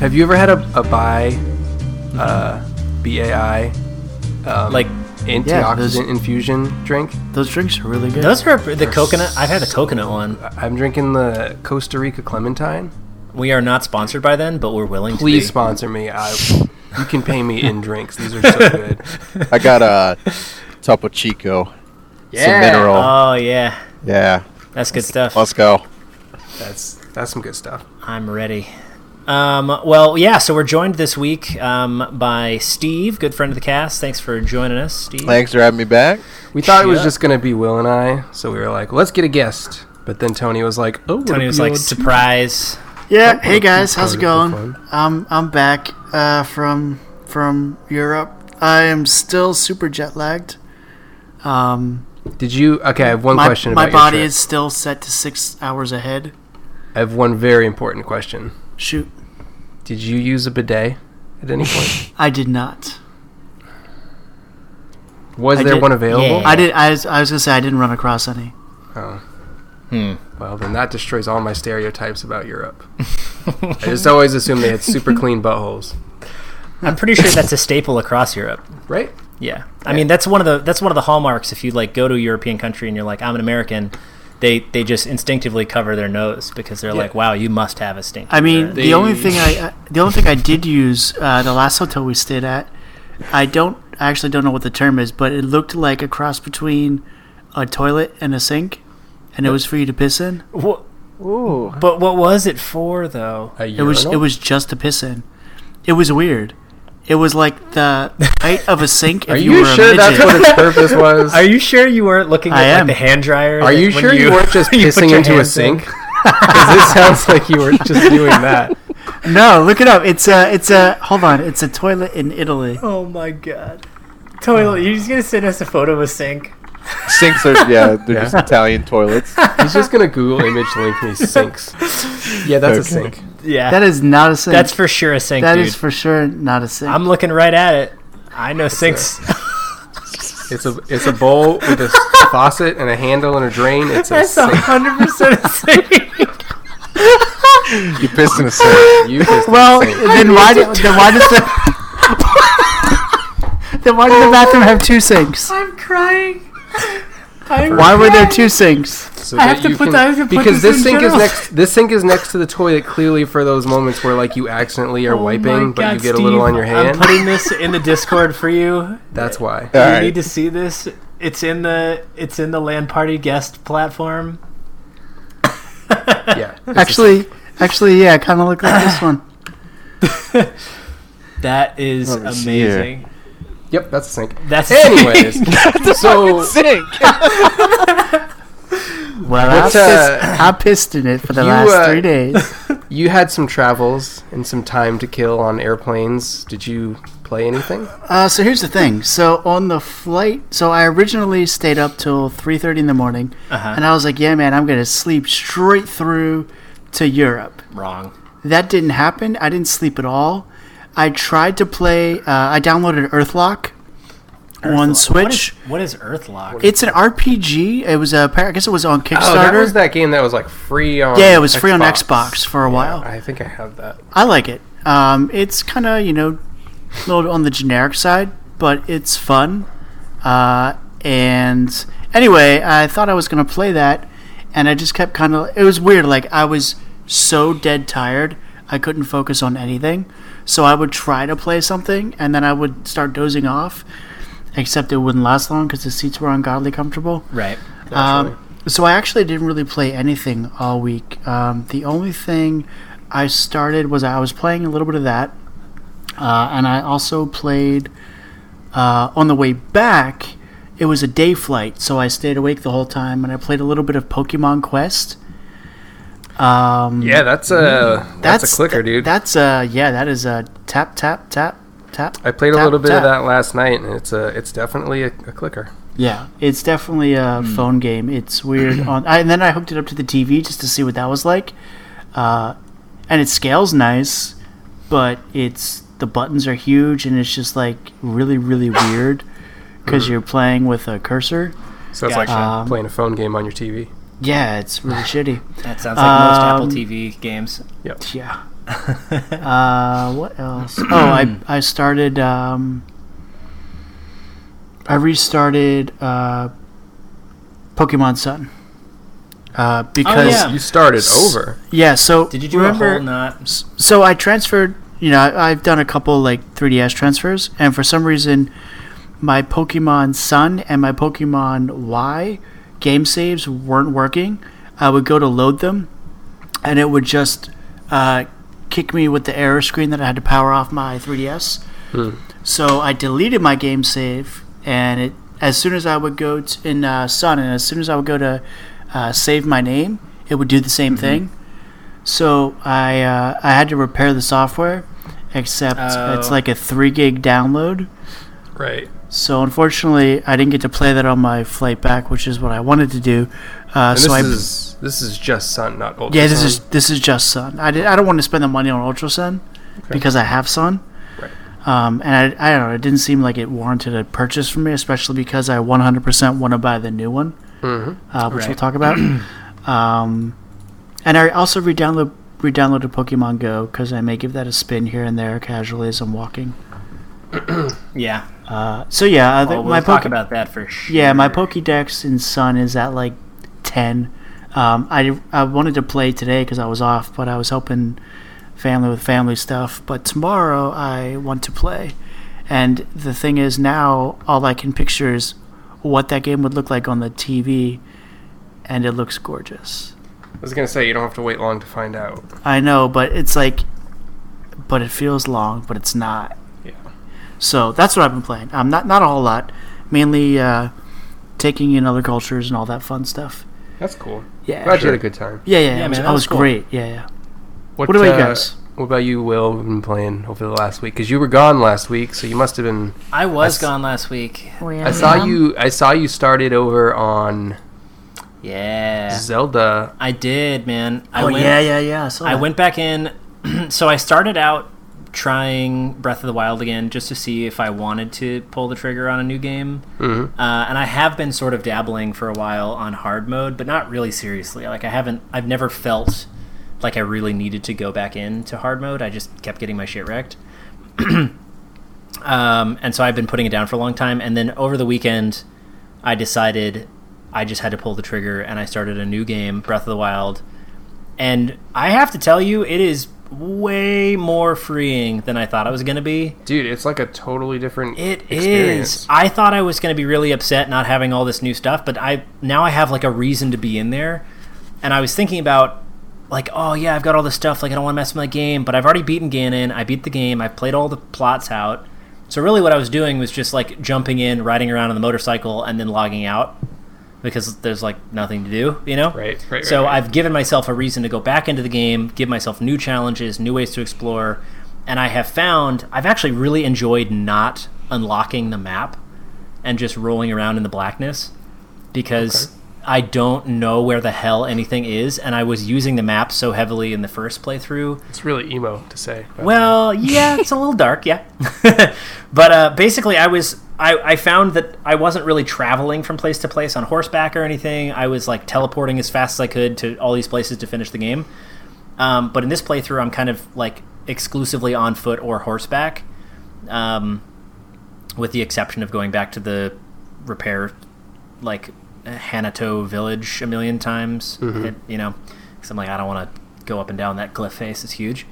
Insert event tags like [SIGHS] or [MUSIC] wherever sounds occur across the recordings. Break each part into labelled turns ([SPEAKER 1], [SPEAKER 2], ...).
[SPEAKER 1] Have you ever had a, a bi,
[SPEAKER 2] Mm-hmm.
[SPEAKER 1] uh, BAI, um,
[SPEAKER 2] Like-
[SPEAKER 1] antioxidant
[SPEAKER 3] those-
[SPEAKER 1] infusion drink?
[SPEAKER 3] Those drinks are really good.
[SPEAKER 2] Those are the coconut. I've had the coconut one.
[SPEAKER 1] I'm drinking the Costa Rica Clementine.
[SPEAKER 2] We are not sponsored by them, but we're willing to.
[SPEAKER 1] Please
[SPEAKER 2] be.
[SPEAKER 1] sponsor me. I, you can pay me in drinks. These are [LAUGHS] so good.
[SPEAKER 4] I got a Topo Chico. It's a mineral.
[SPEAKER 2] Oh yeah,
[SPEAKER 4] yeah.
[SPEAKER 2] that's good stuff.
[SPEAKER 4] Let's go.
[SPEAKER 1] That's that's some good stuff.
[SPEAKER 2] I'm ready. Um, well, yeah. So we're joined this week um, by Steve, good friend of the cast. Thanks for joining us, Steve.
[SPEAKER 4] Thanks for having me back.
[SPEAKER 1] We thought it was
[SPEAKER 2] Yeah.
[SPEAKER 1] just gonna be Will and I, so we were like, let's get a guest. But then Tony was like, oh, would
[SPEAKER 2] Tony
[SPEAKER 1] it
[SPEAKER 2] was
[SPEAKER 1] be
[SPEAKER 2] like,
[SPEAKER 1] on-
[SPEAKER 2] surprise.
[SPEAKER 3] Yeah. Hey guys, how's it
[SPEAKER 1] Part of
[SPEAKER 3] going?
[SPEAKER 1] the
[SPEAKER 3] I'm I'm back uh, from from Europe. I am still super jet lagged. Um,
[SPEAKER 1] Did you? Okay, I have one
[SPEAKER 3] my
[SPEAKER 1] question.
[SPEAKER 3] my
[SPEAKER 1] about your
[SPEAKER 3] body
[SPEAKER 1] trip.
[SPEAKER 3] is still set to six hours ahead.
[SPEAKER 1] I have one very important question.
[SPEAKER 3] Shoot,
[SPEAKER 1] Did you use a bidet at any point?
[SPEAKER 3] [LAUGHS] I did not.
[SPEAKER 1] Was
[SPEAKER 3] I
[SPEAKER 1] there
[SPEAKER 3] did-
[SPEAKER 1] one available?
[SPEAKER 2] yeah.
[SPEAKER 3] I did. I was, I was gonna say I didn't run across any.
[SPEAKER 1] Oh.
[SPEAKER 2] Hmm.
[SPEAKER 1] Well, then that destroys all my stereotypes about Europe. I just always assumed they had super clean buttholes,
[SPEAKER 2] I'm pretty sure that's a staple across Europe.
[SPEAKER 1] right?
[SPEAKER 2] Yeah, I mean that's one of the that's one of the hallmarks. If you like go to a European country and you're like I'm an American, they they just instinctively cover their nose because they're like, wow, you must have a stink.
[SPEAKER 3] I mean,
[SPEAKER 1] They-
[SPEAKER 3] the only thing I I- the only thing I did use uh, the last hotel we stayed at, I don't I actually don't know what the term is, but it looked like a cross between a toilet and a sink, and it was for you to piss in.
[SPEAKER 2] Wha-
[SPEAKER 4] Ooh.
[SPEAKER 2] but what was it for though?
[SPEAKER 1] A
[SPEAKER 3] It was it
[SPEAKER 1] urinal?
[SPEAKER 3] was just a piss in. It was weird. It was like the height of a sink.
[SPEAKER 1] Are
[SPEAKER 3] if
[SPEAKER 1] you,
[SPEAKER 3] you, were a
[SPEAKER 1] sure that's
[SPEAKER 3] midget.
[SPEAKER 1] what its purpose was?
[SPEAKER 2] [LAUGHS] Are you sure you weren't looking at
[SPEAKER 3] I
[SPEAKER 2] like
[SPEAKER 3] am.
[SPEAKER 2] the hand dryer?
[SPEAKER 1] Are
[SPEAKER 2] that
[SPEAKER 1] you
[SPEAKER 2] when
[SPEAKER 1] sure you, weren't
[SPEAKER 2] [LAUGHS]
[SPEAKER 1] just
[SPEAKER 2] you put
[SPEAKER 1] pissing
[SPEAKER 2] your
[SPEAKER 1] into a
[SPEAKER 2] hands
[SPEAKER 1] sink?
[SPEAKER 2] in?
[SPEAKER 1] Because this sounds like you were just doing that.
[SPEAKER 3] No, look it up. It's a it's a hold on. It's a toilet in Italy.
[SPEAKER 2] Oh my god. Toilet,
[SPEAKER 1] Uh.
[SPEAKER 2] you're just gonna send us a photo of a sink.
[SPEAKER 4] Sinks are yeah, they're just Italian toilets.
[SPEAKER 1] He's just gonna Google image link me sinks. Yeah, that's a
[SPEAKER 4] Okay.
[SPEAKER 1] sink.
[SPEAKER 2] Yeah.
[SPEAKER 3] That is not a sink.
[SPEAKER 2] that's for sure a sink,
[SPEAKER 3] That
[SPEAKER 2] dude.
[SPEAKER 3] is for sure not a sink.
[SPEAKER 2] I'm looking right at it. I know [LAUGHS] sinks.
[SPEAKER 1] It's a it's a bowl with a s- faucet and a handle and a drain. It's a
[SPEAKER 2] That's a
[SPEAKER 1] sink.
[SPEAKER 2] hundred percent a sink.
[SPEAKER 1] [LAUGHS]
[SPEAKER 4] You pissed in a sink.
[SPEAKER 1] You just [LAUGHS]
[SPEAKER 3] well,
[SPEAKER 1] sink.
[SPEAKER 3] then why do, then why does the [LAUGHS] then why did the bathroom have two sinks?
[SPEAKER 2] I'm crying. I'm
[SPEAKER 3] Why were there two sinks?
[SPEAKER 1] So
[SPEAKER 2] I have
[SPEAKER 1] that
[SPEAKER 2] to
[SPEAKER 1] you
[SPEAKER 2] put- I have to put
[SPEAKER 1] because this,
[SPEAKER 2] this in
[SPEAKER 1] sink is
[SPEAKER 2] general.
[SPEAKER 1] next. This sink is next to the toilet, clearly for those moments where like you accidentally
[SPEAKER 2] Oh
[SPEAKER 1] are wiping, but you get a little on your hand.
[SPEAKER 2] I'm putting this in the Discord for you.
[SPEAKER 1] That's why.
[SPEAKER 2] you
[SPEAKER 4] All right.
[SPEAKER 2] need to see this. It's in the it's in the land party guest platform.
[SPEAKER 1] Yeah. It's a
[SPEAKER 3] Actually, actually, yeah, kind of looked like this one.
[SPEAKER 2] [LAUGHS] That is
[SPEAKER 4] Let me see here.
[SPEAKER 2] amazing.
[SPEAKER 1] sink. yep, that's a sink.
[SPEAKER 2] That's [LAUGHS]
[SPEAKER 1] Anyways, so
[SPEAKER 4] [LAUGHS] Sink.
[SPEAKER 3] Well, I,
[SPEAKER 1] What's, uh,
[SPEAKER 3] pissed, I pissed in it for the
[SPEAKER 1] you,
[SPEAKER 3] last
[SPEAKER 1] uh,
[SPEAKER 3] three days.
[SPEAKER 1] you had some travels and some time to kill on airplanes. Did you play anything?
[SPEAKER 3] Uh, so here's the thing. So on the flight, so I originally stayed up till three thirty in the morning,
[SPEAKER 2] Uh-huh.
[SPEAKER 3] and I was like, "Yeah, man, I'm gonna sleep straight through to Europe."
[SPEAKER 2] wrong.
[SPEAKER 3] That didn't happen. I didn't sleep at all. I tried to play. Uh, I downloaded Earthlock, on Switch.
[SPEAKER 2] What is, what is Earthlock?
[SPEAKER 3] It's an RPG. It was a. I guess it was on Kickstarter.
[SPEAKER 1] Oh, that was that game that was like free on.
[SPEAKER 3] yeah, it was free on Xbox for a while.
[SPEAKER 1] I think I have that.
[SPEAKER 3] I like it. Um, it's kind of you know, a little on the generic side, but it's fun. Uh, and anyway, I thought I was gonna play that, and I just kept kind of. It was weird. Like I was so dead tired, I couldn't focus on anything. So I would try to play something, and then I would start dozing off. Except it wouldn't last long because the seats were ungodly comfortable.
[SPEAKER 2] right.
[SPEAKER 3] Um, so I actually didn't really play anything all week. Um, the only thing I started was I was playing a little bit of that, uh, and I also played uh, on the way back. It was a day flight, so I stayed awake the whole time, and I played a little bit of Pokemon Quest. Um,
[SPEAKER 1] Yeah, that's a Mm. that's, a clicker, dude.
[SPEAKER 3] That's a yeah, that is a tap tap tap tap.
[SPEAKER 1] I played a
[SPEAKER 3] tap,
[SPEAKER 1] little bit
[SPEAKER 3] tap.
[SPEAKER 1] of that last night, and it's a it's definitely a, a clicker.
[SPEAKER 3] Yeah, it's definitely a phone game. It's weird. on I, and then I hooked it up to the TV just to see what that was like, uh, and it scales nice, but it's the buttons are huge and it's just like really really weird because you're playing with a cursor.
[SPEAKER 1] So it's like
[SPEAKER 2] Gotcha.
[SPEAKER 3] Um,
[SPEAKER 1] playing a phone game on your TV.
[SPEAKER 3] Yeah, it's really shitty.
[SPEAKER 2] That sounds like most Apple
[SPEAKER 3] Um,
[SPEAKER 2] TV games.
[SPEAKER 3] Yeah. [LAUGHS] Uh, what else? Oh, I I started. Um, I restarted uh, Pokemon Sun uh, because
[SPEAKER 2] yeah.
[SPEAKER 1] You started
[SPEAKER 3] S-
[SPEAKER 1] over.
[SPEAKER 3] yeah, so
[SPEAKER 2] Did you do
[SPEAKER 3] remember?
[SPEAKER 2] a whole not?
[SPEAKER 3] so I transferred. You know, I, I've done a couple like 3DS transfers, and for some reason, my Pokemon Sun and my Pokemon Y game saves weren't working. I would go to load them, and it would just uh, kick me with the error screen that I had to power off my 3DS. So I deleted my game save, and it as soon as I would go to, in uh, Sun, and as soon as I would go to uh, save my name, it would do the same thing. So I uh, I had to repair the software, except
[SPEAKER 2] Oh.
[SPEAKER 3] it's like a three gig download.
[SPEAKER 1] Right.
[SPEAKER 3] So unfortunately, I didn't get to play that on my flight back, which is what I wanted to do. Uh,
[SPEAKER 1] And
[SPEAKER 3] so
[SPEAKER 1] this
[SPEAKER 3] I
[SPEAKER 1] is this is just Sun, not Ultra.
[SPEAKER 3] yeah, this
[SPEAKER 1] Sun.
[SPEAKER 3] is this is just Sun. I, did, I don't want to spend the money on Ultra Sun because I have Sun.
[SPEAKER 1] Right.
[SPEAKER 3] Um, and I, I don't know. It didn't seem like it warranted a purchase for me, especially because I 100% want to buy the new one,
[SPEAKER 1] Mm-hmm.
[SPEAKER 3] uh, which
[SPEAKER 2] Right.
[SPEAKER 3] we'll
[SPEAKER 2] [CLEARS THROAT]
[SPEAKER 3] talk about. um, and I also re-download re-downloaded Pokemon Go because I may give that a spin here and there casually as I'm walking.
[SPEAKER 2] Yeah.
[SPEAKER 3] Uh, so yeah, uh,
[SPEAKER 2] Oh, Well, we'll
[SPEAKER 3] my
[SPEAKER 2] talk
[SPEAKER 3] Poke-
[SPEAKER 2] about that for sure.
[SPEAKER 3] Yeah, my Pokédex in Sun is at like ten. Um, I I wanted to play today because I was off, but I was helping family with family stuff. But tomorrow I want to play, and the thing is now all I can picture is what that game would look like on the TV, and it looks gorgeous.
[SPEAKER 1] I was gonna say you don't have to wait long to find out.
[SPEAKER 3] I know, but it's like, but it feels long, but it's not.
[SPEAKER 1] Yeah.
[SPEAKER 3] So that's what I've been playing. Um, not not a whole lot, mainly uh, taking in other cultures and all that fun stuff.
[SPEAKER 1] That's cool.
[SPEAKER 3] Yeah.
[SPEAKER 1] Glad you had a good time.
[SPEAKER 3] Yeah, yeah,
[SPEAKER 2] Yeah,
[SPEAKER 3] it was,
[SPEAKER 2] man,
[SPEAKER 3] that
[SPEAKER 2] that
[SPEAKER 3] was,
[SPEAKER 2] was cool.
[SPEAKER 3] great. Yeah, yeah.
[SPEAKER 1] do
[SPEAKER 3] What about you guys?
[SPEAKER 1] What about you, Will? We've been playing over the last week because you were gone last week, so you must have been.
[SPEAKER 2] I was
[SPEAKER 1] I s-
[SPEAKER 2] gone last week.
[SPEAKER 1] I
[SPEAKER 3] Mm-hmm.
[SPEAKER 1] saw you. I saw you started over on
[SPEAKER 2] Yeah.
[SPEAKER 1] Zelda.
[SPEAKER 2] I did, man. I
[SPEAKER 3] Oh
[SPEAKER 2] went,
[SPEAKER 3] yeah, yeah, yeah. I, saw
[SPEAKER 2] I
[SPEAKER 3] that.
[SPEAKER 2] went back in. [CLEARS THROAT] so I started out trying Breath of the Wild again just to see if I wanted to pull the trigger on a new game.
[SPEAKER 1] Mhm.
[SPEAKER 2] Uh, and I have been sort of dabbling for a while on hard mode, but not really seriously. Like I haven't, I've never felt like I really needed to go back into hard mode. I just kept getting my shit wrecked. [CLEARS THROAT] um, and so I've been putting it down for a long time. And then over the weekend, I decided I just had to pull the trigger and I started a new game, Breath of the Wild. And I have to tell you, it is way more freeing than I thought it was going to be.
[SPEAKER 1] Dude, it's like a totally different.
[SPEAKER 2] It is.
[SPEAKER 1] experience.
[SPEAKER 2] I thought I was going to be really upset not having all this new stuff, but I now I have like a reason to be in there. And I was thinking about like, oh yeah, I've got all this stuff. Like I don't want to mess with my game, but I've already beaten Ganon. I beat the game. I played all the plots out. So really, what I was doing was just like jumping in, riding around on the motorcycle, and then logging out because there's like nothing to do, you know?
[SPEAKER 1] Right, right, right,
[SPEAKER 2] So
[SPEAKER 1] right.
[SPEAKER 2] I've given myself a reason to go back into the game, give myself new challenges, new ways to explore, and I have found I've actually really enjoyed not unlocking the map and just rolling around in the blackness because I don't know where the hell anything is, and I was using the map so heavily in the first playthrough
[SPEAKER 1] It's really emo to say. but-
[SPEAKER 2] well, yeah, it's a little dark, yeah. [LAUGHS] but uh, basically, I was I, I found that I wasn't really traveling from place to place on horseback or anything. I was like teleporting as fast as I could to all these places to finish the game. Um, but in this playthrough, I'm kind of like exclusively on foot or horseback, um, with the exception of going back to the repair, like Hanato village a million times.
[SPEAKER 3] Mm-hmm.
[SPEAKER 2] It- you know, because I'm like I don't want to go up and down that cliff face. It's huge.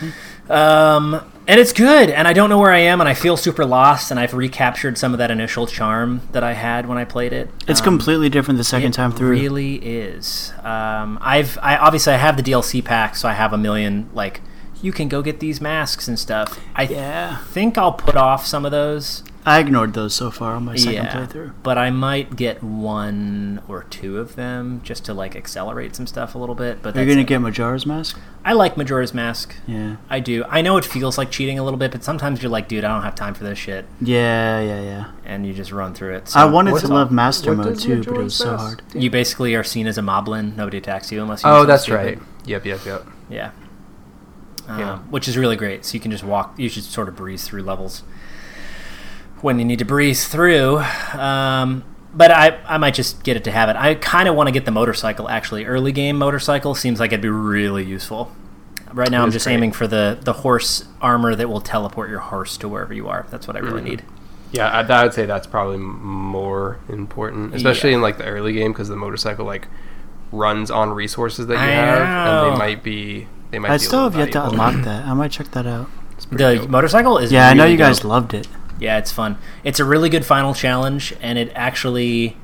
[SPEAKER 3] Mm-hmm.
[SPEAKER 2] Um, and it's good, and I don't know where I am, and I feel super lost, and I've recaptured some of that initial charm that I had when I played it.
[SPEAKER 3] It's
[SPEAKER 2] Um,
[SPEAKER 3] completely different the second time through.
[SPEAKER 2] Really is. Um, I've I obviously I have the DLC pack, so I have a million like you can go get these masks and stuff. I
[SPEAKER 3] yeah,
[SPEAKER 2] think I'll put off some of those.
[SPEAKER 3] I ignored those so far on my second
[SPEAKER 2] yeah,
[SPEAKER 3] playthrough.
[SPEAKER 2] but I might get one or two of them just to like accelerate some stuff a little bit. But
[SPEAKER 3] Are you
[SPEAKER 2] that's
[SPEAKER 3] gonna
[SPEAKER 2] it.
[SPEAKER 3] get Majara's mask?
[SPEAKER 2] I like Majora's Mask.
[SPEAKER 3] Yeah,
[SPEAKER 2] I do. I know it feels like cheating a little bit, but sometimes you're like, dude, I don't have time for this shit,
[SPEAKER 3] yeah, yeah, yeah.
[SPEAKER 2] and you just run through it. So
[SPEAKER 3] I wanted
[SPEAKER 1] what's
[SPEAKER 3] to
[SPEAKER 1] up?
[SPEAKER 3] love Master
[SPEAKER 1] What
[SPEAKER 3] Mode
[SPEAKER 1] does
[SPEAKER 3] too, but it
[SPEAKER 1] Majora's
[SPEAKER 3] was so
[SPEAKER 1] Mask?
[SPEAKER 3] hard.
[SPEAKER 2] You basically are seen as a moblin. Nobody attacks you unless you. do
[SPEAKER 1] Oh,
[SPEAKER 2] something
[SPEAKER 1] that's
[SPEAKER 2] stupid.
[SPEAKER 1] right. Yep, yep, yep.
[SPEAKER 2] Yeah.
[SPEAKER 1] Yeah.
[SPEAKER 2] Um, which is really great. So you can just walk, you should sort of breeze through levels when you need to breeze through. Um, but I, I might just get it to have it. I kind of want to get the motorcycle, actually. Early game motorcycle seems like it'd be really useful. Right now, I'm
[SPEAKER 1] is
[SPEAKER 2] just
[SPEAKER 1] great.
[SPEAKER 2] aiming for the the horse armor that will teleport your horse to wherever you are. That's what I really need.
[SPEAKER 1] Yeah, I, I would say that's probably m- more important, especially in like the early game because the motorcycle like runs on resources that you
[SPEAKER 2] I
[SPEAKER 1] have, and
[SPEAKER 2] know.
[SPEAKER 1] they might be they might.
[SPEAKER 3] I
[SPEAKER 1] be a
[SPEAKER 3] still have
[SPEAKER 1] little
[SPEAKER 3] yet to
[SPEAKER 1] valuable.
[SPEAKER 3] unlock that. I might check that out.
[SPEAKER 1] It's pretty
[SPEAKER 2] The
[SPEAKER 1] dope.
[SPEAKER 2] motorcycle is.
[SPEAKER 3] Yeah, I know
[SPEAKER 2] really
[SPEAKER 3] you guys
[SPEAKER 2] dope.
[SPEAKER 3] loved it.
[SPEAKER 2] Yeah, it's fun. It's a really good final challenge, and it actually.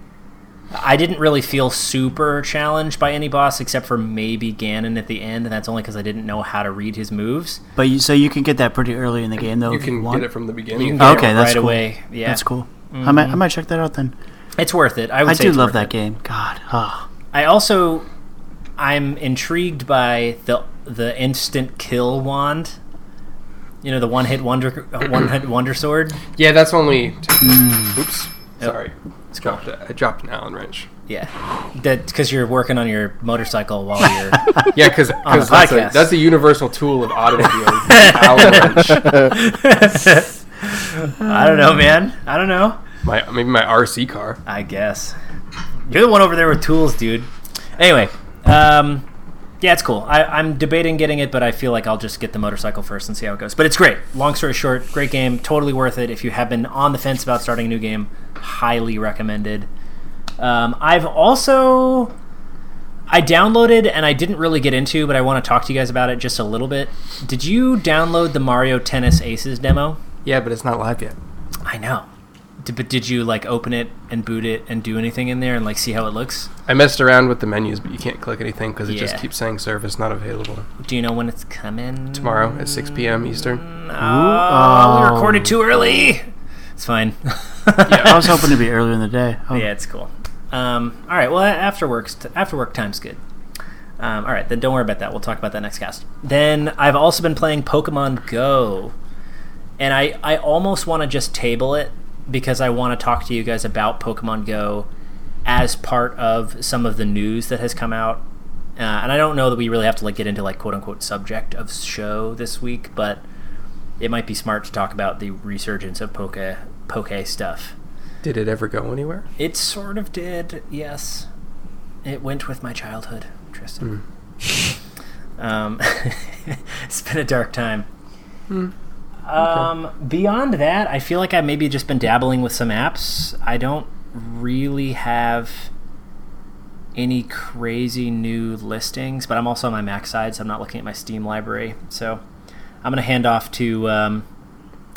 [SPEAKER 2] I didn't really feel super challenged by any boss except for maybe Ganon at the end, and that's only because I didn't know how to read his moves.
[SPEAKER 3] But you, so you can get that pretty early in the game, though.
[SPEAKER 1] you
[SPEAKER 3] if
[SPEAKER 1] can
[SPEAKER 3] want.
[SPEAKER 1] get it from the
[SPEAKER 2] You can
[SPEAKER 1] beginning.
[SPEAKER 2] get it
[SPEAKER 3] Okay, that's
[SPEAKER 2] right
[SPEAKER 3] cool.
[SPEAKER 2] away. Yeah,
[SPEAKER 3] That's cool. I might, I might check that out then.
[SPEAKER 2] It's worth it. I would.
[SPEAKER 3] I
[SPEAKER 2] say
[SPEAKER 3] do
[SPEAKER 2] it's
[SPEAKER 3] love
[SPEAKER 2] worth
[SPEAKER 3] that
[SPEAKER 2] it.
[SPEAKER 3] game. God, ah,
[SPEAKER 2] I also I'm intrigued by the the instant kill wand. You know the one hit wonder one hit wonder
[SPEAKER 3] [COUGHS]
[SPEAKER 2] sword.
[SPEAKER 1] Oh, Yeah, that's when we. Oops, sorry.
[SPEAKER 2] It's cool.
[SPEAKER 1] Dropped a, I dropped an Allen wrench.
[SPEAKER 2] Yeah, that because you're working on your motorcycle while you're.
[SPEAKER 3] [LAUGHS]
[SPEAKER 1] Yeah, because
[SPEAKER 2] the
[SPEAKER 1] that's, a-
[SPEAKER 2] podcast.
[SPEAKER 1] that's a universal tool of [LAUGHS] automobiles.
[SPEAKER 2] [LAUGHS]
[SPEAKER 1] Allen wrench.
[SPEAKER 2] I don't know, man. I don't know.
[SPEAKER 1] My maybe my RC car.
[SPEAKER 2] I guess you're the one over there with tools, dude. Anyway, um, yeah, it's cool. I, I'm debating getting it, but I feel like I'll just get the motorcycle first and see how it goes. But it's great. Long story short, great game, totally worth it. If you have been on the fence about starting a new game, highly recommended. Um, I've also I downloaded and I didn't really get into, but I want to talk to you guys about it just a little bit. Did you download the Mario Tennis Aces demo?
[SPEAKER 1] Yeah, but it's not live yet.
[SPEAKER 2] I know. D- but did you like open it and boot it and do anything in there and like see how it looks?
[SPEAKER 1] I messed around with the menus, but you can't click anything because it
[SPEAKER 2] Yeah.
[SPEAKER 1] just keeps saying service not available.
[SPEAKER 2] Do you know when it's coming?
[SPEAKER 1] Tomorrow at 6 p.m. Eastern.
[SPEAKER 2] Oh, we recorded too early. It's fine.
[SPEAKER 3] I
[SPEAKER 2] [LAUGHS] yeah.
[SPEAKER 3] was hoping to be earlier in the day. Oh,
[SPEAKER 2] it's cool. Um, all right. Well, after works, after work time's good. Um, all right, then don't worry about that. We'll talk about that next cast. Then I've also been playing Pokemon Go, and I I almost want to just table it because I want to talk to you guys about Pokemon Go as part of some of the news that has come out. Uh, and I don't know that we really have to like get into like quote unquote subject of show this week, but it might be smart to talk about the resurgence of poke poke stuff.
[SPEAKER 1] Did it ever go anywhere?
[SPEAKER 2] It sort of did, yes. It went with my childhood,
[SPEAKER 1] Hmm.
[SPEAKER 2] Tristan. Um, [LAUGHS] it's been a dark time. Um, Beyond that, I feel like I've maybe just been dabbling with some apps. I don't really have any crazy new listings, but I'm also on my Mac side, so I'm not looking at my Steam library. So I'm going to hand off to, um,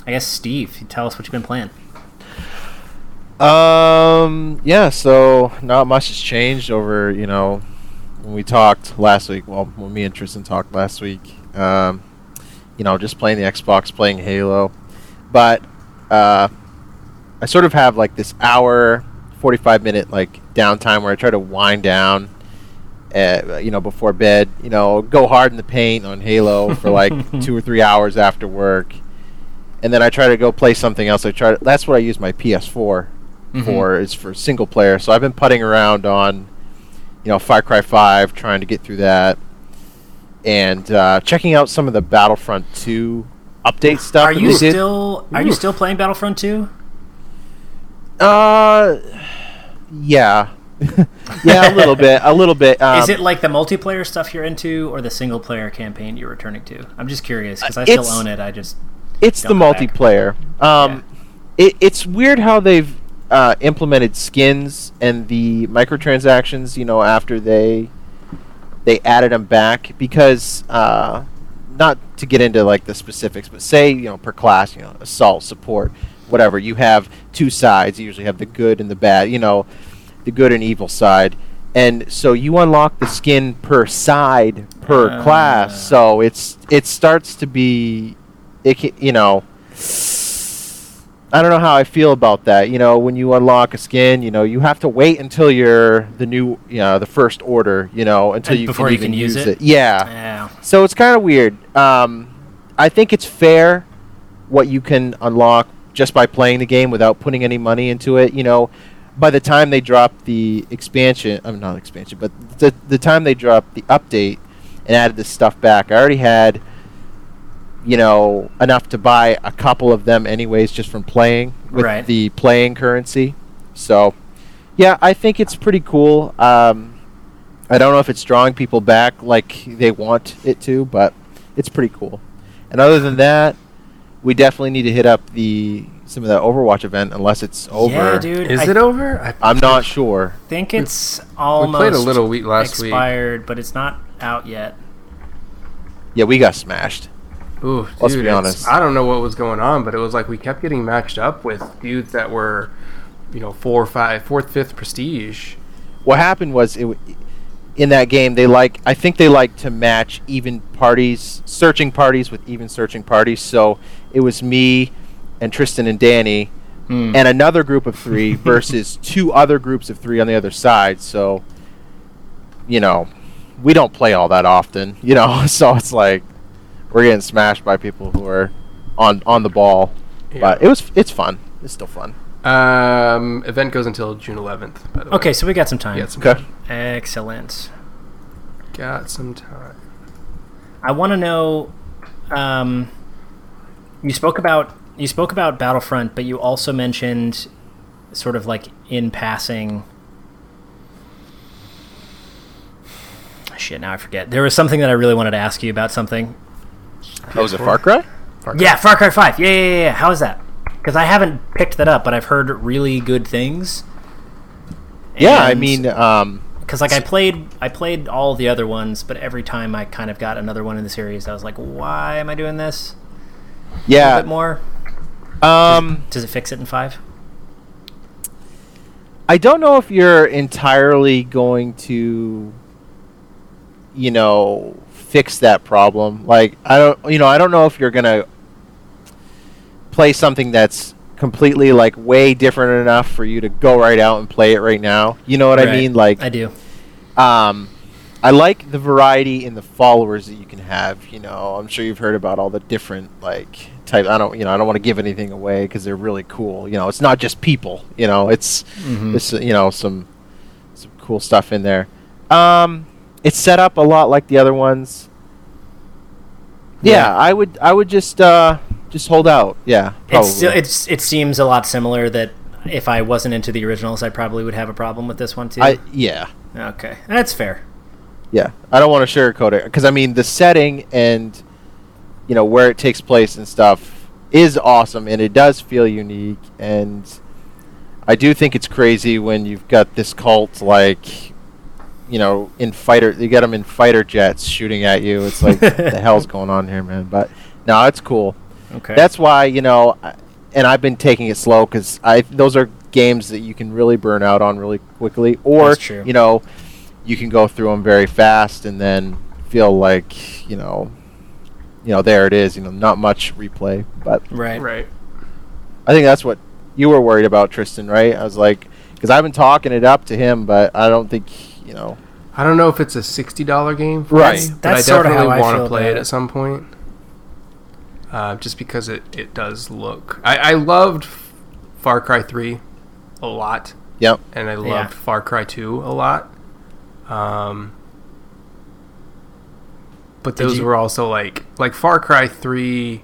[SPEAKER 2] I guess, Steve. Tell us what you've been playing.
[SPEAKER 4] Um. Yeah. So not much has changed over you know when we talked last week. Well, when me and Tristan talked last week. Um, you know, just playing the Xbox, playing Halo, but uh, I sort of have like this hour, forty-five minute like downtime where I try to wind down. Uh, you know, before bed, you know, go hard in the paint on Halo for like two or three hours after work, and then I try to go play something else. I try. To, that's what I use my PS4 for is for single player. So I've been putting around on, you know, Far Cry Five, trying to get through that, and uh, checking out some of the Battlefront Two update stuff.
[SPEAKER 2] Are
[SPEAKER 4] that
[SPEAKER 2] you
[SPEAKER 4] they did.
[SPEAKER 2] still are you
[SPEAKER 1] Oof.
[SPEAKER 2] still playing Battlefront 2?
[SPEAKER 4] Uh, yeah, yeah, a little bit, a little bit. Um,
[SPEAKER 2] Is it like the multiplayer stuff you're into or the single player campaign you're returning to? I'm just curious cuz I still
[SPEAKER 4] It's-
[SPEAKER 2] own it. I just
[SPEAKER 4] It's the
[SPEAKER 2] Don't go back.
[SPEAKER 4] multiplayer. Um, it, it's weird how they've uh, implemented skins and the microtransactions. You know, after they they added them back because uh, not to get into like the specifics, but say you know per class, you know, assault, support, whatever. You have two sides. You usually have the good and the bad. You know, the good and evil side. And so you unlock the skin per side per
[SPEAKER 2] Ah.
[SPEAKER 4] class. So it's it starts to be it can, you know I don't know how I feel about that. You know, when you unlock a skin, you know, you have to wait until you're the new, you know, the first order, you know, until
[SPEAKER 2] And
[SPEAKER 4] you
[SPEAKER 2] before
[SPEAKER 4] can
[SPEAKER 2] you
[SPEAKER 4] even
[SPEAKER 2] can use
[SPEAKER 4] use
[SPEAKER 2] it?
[SPEAKER 4] it. Yeah.
[SPEAKER 2] yeah.
[SPEAKER 4] So it's kind of weird. Um, I think it's fair what you can unlock just by playing the game without putting any money into it. You know, by the time they drop the expansion, I'm not expansion, but the the time they drop the update and added this stuff back, I already had you know enough to buy a couple of them anyways just from playing with
[SPEAKER 2] Right.
[SPEAKER 4] the playing currency. So yeah, I think it's pretty cool. Um, I don't know if it's drawing people back like they want it to, but it's pretty cool. And other than that, we definitely need to hit up the some of that Overwatch event unless it's over.
[SPEAKER 2] Yeah, dude.
[SPEAKER 1] Is
[SPEAKER 2] I
[SPEAKER 1] it over? I,
[SPEAKER 4] I'm not sure.
[SPEAKER 2] think it's almost
[SPEAKER 1] we played a little week last
[SPEAKER 2] expired, but it's not out yet.
[SPEAKER 4] Yeah, we got smashed.
[SPEAKER 1] week. Ooh, dude,
[SPEAKER 4] Uh, Let's be
[SPEAKER 1] it's-
[SPEAKER 4] honest.
[SPEAKER 1] I don't know what was going on, but it was like we kept getting matched up with dudes that were, you know, four, five, fourth, fifth prestige.
[SPEAKER 4] What happened was it w- in that game they like I think they like to match even parties, searching parties with even searching parties. So it was me and Tristan and Danny and another group of 3 versus two other groups of 3 on the other side. So you know, we don't play all that often, [LAUGHS] you know. So it's like we're getting smashed by people who are on on the ball. But it was it's fun. It's still fun.
[SPEAKER 1] Um, event goes until June 11th. By the way.
[SPEAKER 2] Okay, so we got some time.
[SPEAKER 1] Got some,
[SPEAKER 4] Okay.
[SPEAKER 2] Excellent.
[SPEAKER 1] got some time.
[SPEAKER 2] I want to know. Um, you spoke about you spoke about Battlefront, but you also mentioned sort of like in passing. Shit, now I forget. There was something that I really wanted to ask you about. Something.
[SPEAKER 4] Oh, was it Far Cry?
[SPEAKER 2] Yeah, Far Cry Five. Yeah, yeah, yeah. yeah. How is that? Because I haven't picked that up, but I've heard really good things.
[SPEAKER 4] Yeah, I
[SPEAKER 2] And-
[SPEAKER 4] mean, um,
[SPEAKER 2] because like I played I played all the other ones, but every time I kind of got another one in the series, I was like, why am I doing this? A
[SPEAKER 4] yeah.
[SPEAKER 2] bit more.
[SPEAKER 4] Um,
[SPEAKER 2] Does it fix it in five?
[SPEAKER 4] I don't know if you're entirely going to, you know, fix that problem. Like, I don't, you know, I don't know if you're gonna play something that's completely like way different enough for you to go right out and play it right now. You know what I
[SPEAKER 2] Right.
[SPEAKER 4] mean? Like,
[SPEAKER 2] I do.
[SPEAKER 4] Um, I like the variety in the followers that you can have. You know, I'm sure you've heard about all the different like type. I don't, you know, I don't want to give anything away because they're really cool. You know, it's not just people. You know, it's
[SPEAKER 2] Mm-hmm.
[SPEAKER 4] it's you know some some cool stuff in there. Um, it's set up a lot like the other ones. Yeah, I would I would just uh just hold out. Yeah, probably.
[SPEAKER 2] It's still, it's it seems a lot similar. That if I wasn't into the originals, I probably would have a problem with this one too.
[SPEAKER 4] I yeah.
[SPEAKER 2] okay, that's fair.
[SPEAKER 4] Yeah, I don't want to sugarcoat it because I mean the setting and you know where it takes place and stuff is awesome and it does feel unique and I do think it's crazy when you've got this cult like you know in fighter you got them in fighter jets shooting at you. It's like what the hell's going on here, man. But no, it's cool.
[SPEAKER 2] Okay,
[SPEAKER 4] That's why you know, I- and I've been taking it slow because I those are games that you can really burn out on really quickly, or
[SPEAKER 2] That's true.
[SPEAKER 4] you know, you can go through them very fast and then feel like you know, you know, there it is. You know, not much replay, but
[SPEAKER 2] right.
[SPEAKER 1] Right.
[SPEAKER 4] I think that's what you were worried about, Tristan. Right? I was like, because I've been talking it up to him, but I don't think you know.
[SPEAKER 1] I don't know if it's a sixty dollar game, for me,
[SPEAKER 4] Right. That's-
[SPEAKER 1] but I
[SPEAKER 2] that's sorta
[SPEAKER 1] definitely
[SPEAKER 2] how I
[SPEAKER 1] want
[SPEAKER 2] feel
[SPEAKER 1] to play
[SPEAKER 2] about
[SPEAKER 1] it
[SPEAKER 2] it.
[SPEAKER 1] at some point. Uh, just because it it does look. I, I loved Far Cry Three a lot,
[SPEAKER 4] Yep.
[SPEAKER 1] and I loved
[SPEAKER 2] Yeah.
[SPEAKER 1] Far Cry Two a lot. Um, but those
[SPEAKER 2] you-
[SPEAKER 1] were also like like Far Cry Three.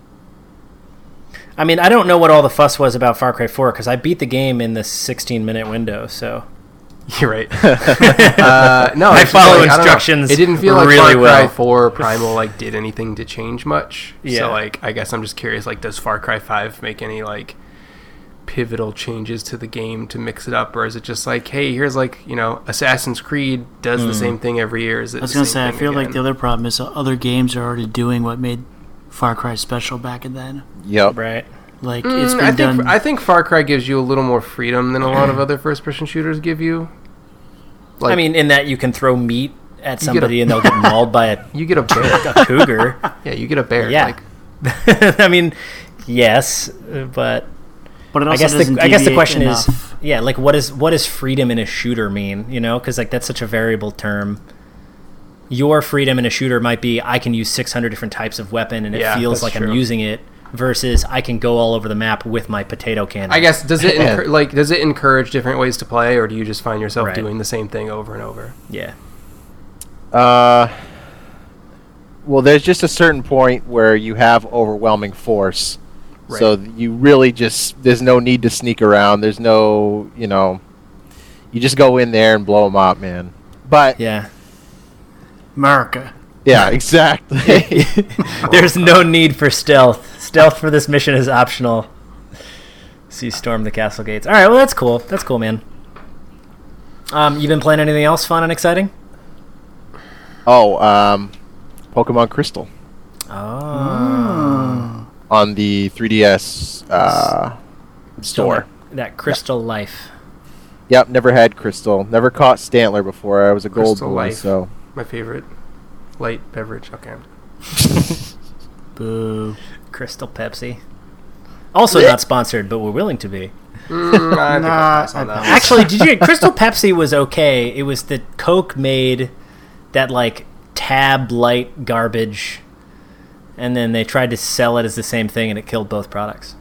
[SPEAKER 2] I mean, I don't know what all the fuss was about Far Cry Four because I beat the game in the 16 minute window. So [LAUGHS]
[SPEAKER 1] You're right. [LAUGHS] uh, no,
[SPEAKER 2] I
[SPEAKER 1] it's just
[SPEAKER 2] follow
[SPEAKER 1] like, I don't know.
[SPEAKER 2] instructions
[SPEAKER 1] It didn't feel like Far
[SPEAKER 2] really
[SPEAKER 1] Cry
[SPEAKER 2] well.
[SPEAKER 1] Four Primal like did anything to change much.
[SPEAKER 2] Yeah.
[SPEAKER 1] So like, I guess I'm just curious. Like, does Far Cry Five make any like pivotal changes to the game to mix it up, or is it just like, hey, here's like you know, Assassin's Creed does the same thing every year? Is it
[SPEAKER 3] Hmm. I was
[SPEAKER 1] the
[SPEAKER 3] gonna
[SPEAKER 1] same
[SPEAKER 3] say, I
[SPEAKER 1] thing
[SPEAKER 3] feel like
[SPEAKER 1] again?
[SPEAKER 3] the other problem is that other games are already doing what made Far Cry special back in then.
[SPEAKER 4] Yep.
[SPEAKER 2] right.
[SPEAKER 3] Like it's
[SPEAKER 1] Mm,
[SPEAKER 3] been
[SPEAKER 1] I think
[SPEAKER 3] done.
[SPEAKER 1] I think Far Cry gives you a little more freedom than a
[SPEAKER 3] [CLEARS THROAT]
[SPEAKER 1] lot of other first-person shooters give you. Like,
[SPEAKER 2] I mean, in that you can throw meat at
[SPEAKER 1] a-
[SPEAKER 2] somebody and they'll get mauled by a
[SPEAKER 1] you get a
[SPEAKER 3] [LAUGHS]
[SPEAKER 1] bear.
[SPEAKER 2] cougar. [LAUGHS]
[SPEAKER 1] yeah, you get a bear.
[SPEAKER 2] Yeah.
[SPEAKER 1] Like,
[SPEAKER 2] I mean, yes, but
[SPEAKER 3] but it
[SPEAKER 2] I
[SPEAKER 3] also
[SPEAKER 2] guess
[SPEAKER 3] doesn't
[SPEAKER 2] the I guess the
[SPEAKER 3] deviate
[SPEAKER 2] question is,
[SPEAKER 3] enough.
[SPEAKER 2] yeah, like what is what does freedom in a shooter mean? You know, because like that's such a variable term. Your freedom in a shooter might be I can use 600 different types of weapon and it
[SPEAKER 1] Yeah,
[SPEAKER 2] feels like
[SPEAKER 1] that's
[SPEAKER 2] I'm
[SPEAKER 1] true.
[SPEAKER 2] using it versus I can go all over the map with my potato cannon.
[SPEAKER 1] I guess does it
[SPEAKER 4] Yeah.
[SPEAKER 1] encour- like does it encourage different ways to play, or do you just find yourself
[SPEAKER 2] Right.
[SPEAKER 1] doing the same thing over and over?
[SPEAKER 2] Yeah.
[SPEAKER 4] Uh, well, there's just a certain point where you have overwhelming force, so th- you really just there's no need to sneak around. There's no, you know, you just go in there and blow them up, man. But
[SPEAKER 2] Yeah.
[SPEAKER 3] America.
[SPEAKER 1] [LAUGHS]
[SPEAKER 4] Yeah, [LAUGHS] exactly.
[SPEAKER 2] There's no need for stealth. Stealth for this mission is optional. So you storm the castle gates. All right, well that's cool. That's cool, man. Um, you been playing anything else fun and exciting?
[SPEAKER 4] oh, um, Pokemon Crystal
[SPEAKER 2] Oh,
[SPEAKER 3] Hmm.
[SPEAKER 4] on the 3DS uh, store.
[SPEAKER 2] that, that crystal life.
[SPEAKER 4] Yep, never had Crystal. Never caught Stantler before. I was a gold
[SPEAKER 1] Crystal
[SPEAKER 4] boy,
[SPEAKER 1] Life. [LAUGHS]
[SPEAKER 4] so
[SPEAKER 1] My favorite light beverage. Okay. I'm-
[SPEAKER 2] Boo. Crystal Pepsi. Also not sponsored, but we're willing to be. [LAUGHS]
[SPEAKER 1] Mm, I think
[SPEAKER 3] Nah,
[SPEAKER 1] I'll pass on
[SPEAKER 3] I
[SPEAKER 1] that.
[SPEAKER 2] Actually,
[SPEAKER 3] [LAUGHS]
[SPEAKER 2] did you Crystal Pepsi was okay. It was that Coke made that like tab light garbage and then they tried to sell it as the same thing and it killed both products.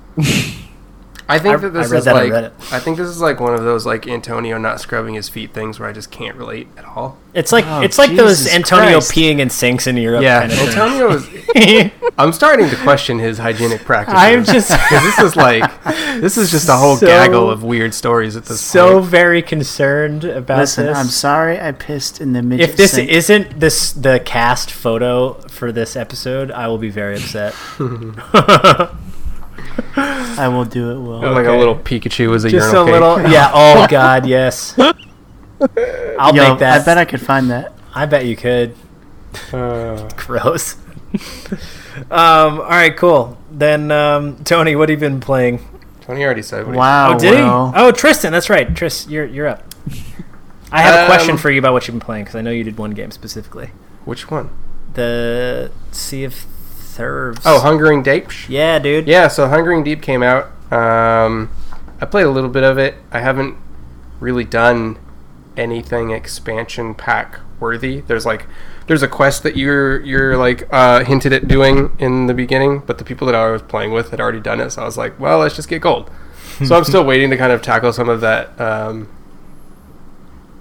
[SPEAKER 1] I think
[SPEAKER 2] I-
[SPEAKER 1] that this
[SPEAKER 2] I read
[SPEAKER 1] is
[SPEAKER 2] that on
[SPEAKER 1] like
[SPEAKER 2] Reddit.
[SPEAKER 1] I think this is like one of those like Antonio not scrubbing his feet things where I just can't relate at all.
[SPEAKER 2] It's like
[SPEAKER 3] Oh,
[SPEAKER 2] it's like those
[SPEAKER 3] Jesus
[SPEAKER 2] Antonio
[SPEAKER 3] Christ.
[SPEAKER 2] peeing in sinks in Europe
[SPEAKER 1] Yeah,
[SPEAKER 2] kind of
[SPEAKER 1] Antonio is.
[SPEAKER 3] [LAUGHS]
[SPEAKER 2] thing.
[SPEAKER 1] I'm starting to question his
[SPEAKER 2] [LAUGHS]
[SPEAKER 1] hygienic practices.
[SPEAKER 2] I'm just
[SPEAKER 1] 'Cause this is like this is just a whole
[SPEAKER 2] So-
[SPEAKER 1] gaggle of weird stories at this
[SPEAKER 2] [LAUGHS] so
[SPEAKER 1] point.
[SPEAKER 2] very concerned about
[SPEAKER 3] Listen,
[SPEAKER 2] this.
[SPEAKER 3] I'm sorry I pissed in the midget
[SPEAKER 2] if this
[SPEAKER 3] sink.
[SPEAKER 2] isn't this the cast photo for this episode, I will be very [LAUGHS] upset.
[SPEAKER 3] I will do it well.
[SPEAKER 1] like a
[SPEAKER 2] okay.
[SPEAKER 1] little Pikachu is a
[SPEAKER 2] Just a
[SPEAKER 1] urinal cake. [LAUGHS]
[SPEAKER 2] little, yeah.
[SPEAKER 3] [LAUGHS]
[SPEAKER 2] Oh God, [LAUGHS] yes. I'll
[SPEAKER 3] Yo,
[SPEAKER 2] make that.
[SPEAKER 3] I bet I could find that.
[SPEAKER 2] I bet you
[SPEAKER 3] [LAUGHS]
[SPEAKER 2] could.
[SPEAKER 1] Uh,
[SPEAKER 2] Gross. um. All right. Cool. Then, um, Tony, what have you been playing?
[SPEAKER 1] Tony already said. What he-
[SPEAKER 3] Wow.
[SPEAKER 2] Oh, did he?
[SPEAKER 3] well.
[SPEAKER 2] Oh, Tristan. That's right. Tris, you're you're up. I have a question
[SPEAKER 1] Um,
[SPEAKER 2] for you about what you've been playing because I know you did one game specifically.
[SPEAKER 1] Which one?
[SPEAKER 2] The Sea of Thieves.
[SPEAKER 1] Oh, Hungering Deep.
[SPEAKER 2] yeah, dude.
[SPEAKER 1] Yeah, so Hungering Deep came out. Um, I played a little bit of it. I haven't really done anything expansion pack worthy. There's like there's a quest that you're you're like uh, hinted at doing in the beginning, but the people that I was playing with had already done it, so I was like, well, let's just get gold. so I'm still waiting to kind of tackle some of that um,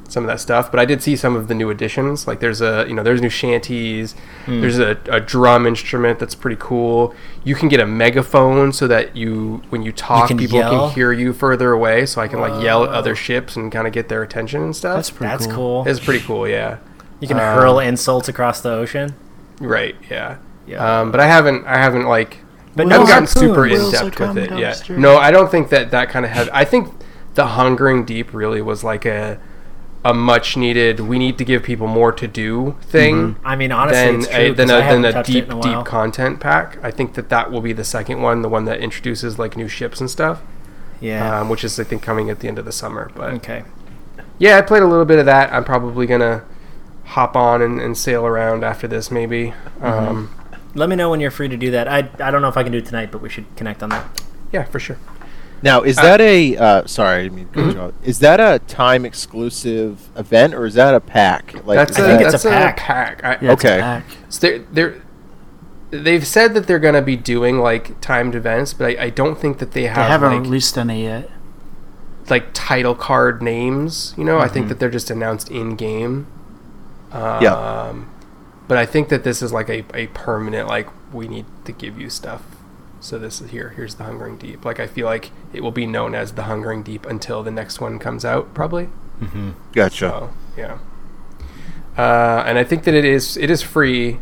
[SPEAKER 1] some of that stuff. But I did see some of the new additions. Like there's a you know there's new shanties.
[SPEAKER 2] Hmm.
[SPEAKER 1] There's a, a drum instrument that's pretty cool. You can get a megaphone so that you when you talk,
[SPEAKER 2] can
[SPEAKER 1] people
[SPEAKER 2] yell?
[SPEAKER 1] can hear you further away. So I can like yell at other ships and kind of get their attention and stuff.
[SPEAKER 3] That's pretty
[SPEAKER 2] That's
[SPEAKER 3] cool.
[SPEAKER 2] cool.
[SPEAKER 1] It's pretty cool, yeah.
[SPEAKER 2] You can
[SPEAKER 1] Um,
[SPEAKER 2] hurl insults across the ocean.
[SPEAKER 1] Right, yeah.
[SPEAKER 2] Yeah.
[SPEAKER 1] Um, but I haven't, I haven't like,
[SPEAKER 2] But
[SPEAKER 1] I haven't
[SPEAKER 2] no
[SPEAKER 1] gotten
[SPEAKER 3] harpoon.
[SPEAKER 1] super in
[SPEAKER 3] Wheels are
[SPEAKER 1] depth with
[SPEAKER 3] coming
[SPEAKER 1] it
[SPEAKER 3] down the
[SPEAKER 1] yet.
[SPEAKER 3] street.
[SPEAKER 1] No, I don't think that that kind of had. I think the hungering deep really was like a, a much needed. We need to give people more to do thing.
[SPEAKER 2] I mean, honestly,
[SPEAKER 1] Than
[SPEAKER 2] it's true.
[SPEAKER 1] a, than
[SPEAKER 2] 'cause I
[SPEAKER 1] a,
[SPEAKER 2] haven't
[SPEAKER 1] than a
[SPEAKER 2] touched it
[SPEAKER 1] deep
[SPEAKER 2] in a while.
[SPEAKER 1] deep content pack. I think that that will be the second one, the one that introduces like new ships and stuff,
[SPEAKER 2] Yeah.
[SPEAKER 1] um, which is I think coming at the end of the summer. But
[SPEAKER 2] okay.
[SPEAKER 1] yeah, I played a little bit of that. I'm probably gonna hop on and, and sail around after this, maybe.
[SPEAKER 2] Mm-hmm.
[SPEAKER 1] Um,
[SPEAKER 2] Let me know when you're free to do that. I, I don't know if I can do it tonight, but we should connect on that.
[SPEAKER 1] Yeah, for sure.
[SPEAKER 4] now is that a uh, sorry? I didn't mean, to cut you off. is that a time exclusive event or is that a pack? Like,
[SPEAKER 1] That's
[SPEAKER 4] is
[SPEAKER 1] a,
[SPEAKER 2] I think
[SPEAKER 4] that-
[SPEAKER 2] it's a
[SPEAKER 1] that's a
[SPEAKER 2] pack.
[SPEAKER 1] pack. I,
[SPEAKER 3] Yeah, it's
[SPEAKER 4] Okay.
[SPEAKER 3] back.
[SPEAKER 1] so they're, they're, they've said that they're going to be doing like timed events, but I, I don't think that they
[SPEAKER 3] They
[SPEAKER 1] have
[SPEAKER 3] haven't
[SPEAKER 1] like,
[SPEAKER 3] released any yet.
[SPEAKER 1] like title card names. You know, I
[SPEAKER 3] Mm-hmm.
[SPEAKER 1] think that they're just announced in game. Um,
[SPEAKER 4] Yeah.
[SPEAKER 1] But I think that this is like a, a permanent like we need to give you stuff. So this is here. Here's the Hungering Deep. Like I feel like it will be known as the Hungering Deep until the next one comes out, probably.
[SPEAKER 4] gotcha.
[SPEAKER 1] So yeah, uh, and I think that it is it is free